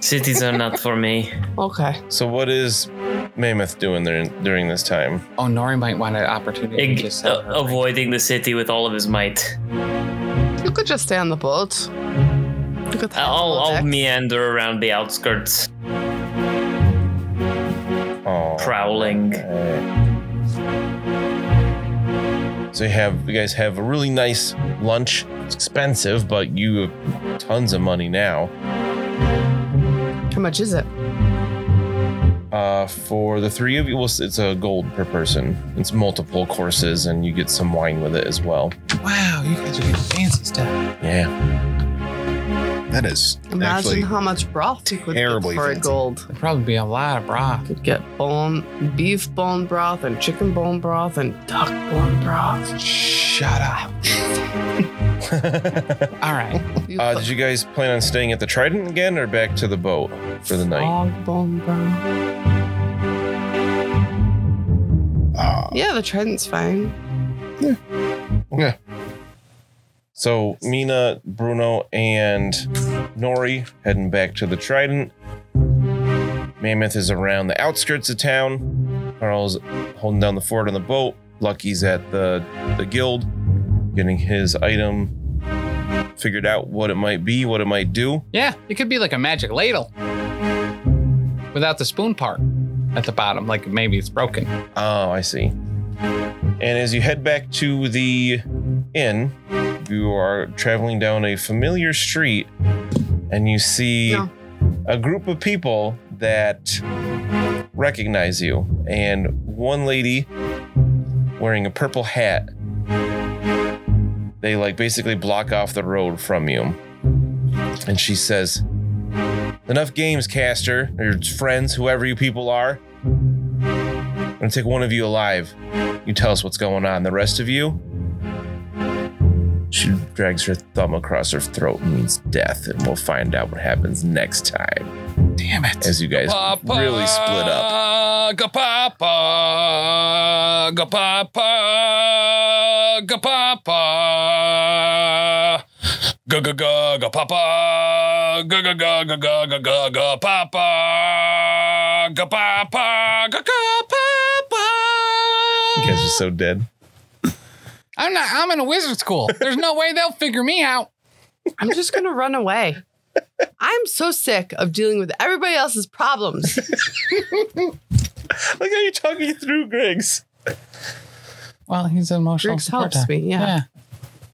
Cities are not for me. Okay. So what is Mammoth doing there during this time? Oh, Nori might want an opportunity Ig- to sell uh, her. avoiding the city with all of his might. You could just stay on the boat. Look at the I'll, I'll deck. meander around the outskirts, Oh. prowling. So you have you guys have a really nice lunch. It's expensive, but you have tons of money now. How much is it? Uh, for the three of you, well, it's a gold per person. It's multiple courses, and you get some wine with it as well. Wow, you guys are getting fancy stuff. Yeah, (laughs) That is Imagine actually how much broth you could get terribly for a fancy. gold. There'd probably be a lot of broth. You could get bone, beef bone broth, and chicken bone broth, and duck bone broth. Shut up. All right. You Uh, put did you guys plan on staying at the Trident again or back to the boat for the night? Dog bone broth. Ah. Yeah, the trident's fine. So Mina, Bruno, and Nori heading back to the Trident. Mammoth is around the outskirts of town. Carl's holding down the fort on the boat. Lucky's at the the guild, getting his item figured out what it might be, what it might do. Yeah, it could be like a magic ladle without the spoon part at the bottom. Like maybe it's broken. Oh, I see. And as you head back to the inn, you are traveling down a familiar street and you see Yeah. a group of people that recognize you. And one lady wearing a purple hat. They like basically block off the road from you. And she says, Enough games, Caster, or friends, whoever you people are. I'm gonna take one of you alive. You tell us what's going on. The rest of you. She drags her thumb across her throat and means death, and we'll find out what happens next time Damn it. as you guys really split up. Gapapa, gapapa, gapapa. Gaga gapapa, gaga gaga gaga gaga papa, gapapa, You guys gapapa. are so dead. I'm not. I'm in a wizard school. There's no way they'll figure me out. I'm just gonna run (laughs) away. I'm so sick of dealing with everybody else's problems. Look how you're talking through Griggs. Well, he's an emotional Griggs support helps dog. me. Yeah. Yeah.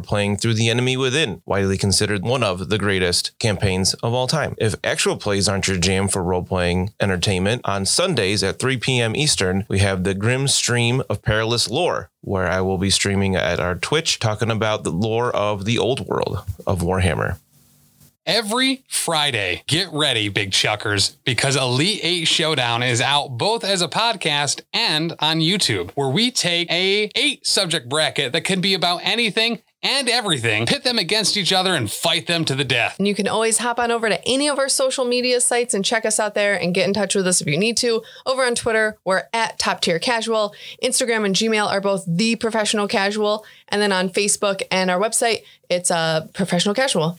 playing through The Enemy Within, widely considered one of the greatest campaigns of all time. If actual plays aren't your jam for roleplaying entertainment, on Sundays at 3 p.m. Eastern, we have the Grim Stream of Perilous Lore, where I will be streaming at our Twitch talking about the lore of the old world of Warhammer. Every Friday, get ready, big chuckers, because Elite 8 Showdown is out both as a podcast and on YouTube, where we take a eight subject bracket that can be about anything and everything, pit them against each other, and fight them to the death. And you can always hop on over to any of our social media sites and check us out there and get in touch with us if you need to. Over on Twitter, we're at Top Tier Casual. Instagram and Gmail are both The Professional Casual. And then on Facebook and our website, it's uh, Professional Casual.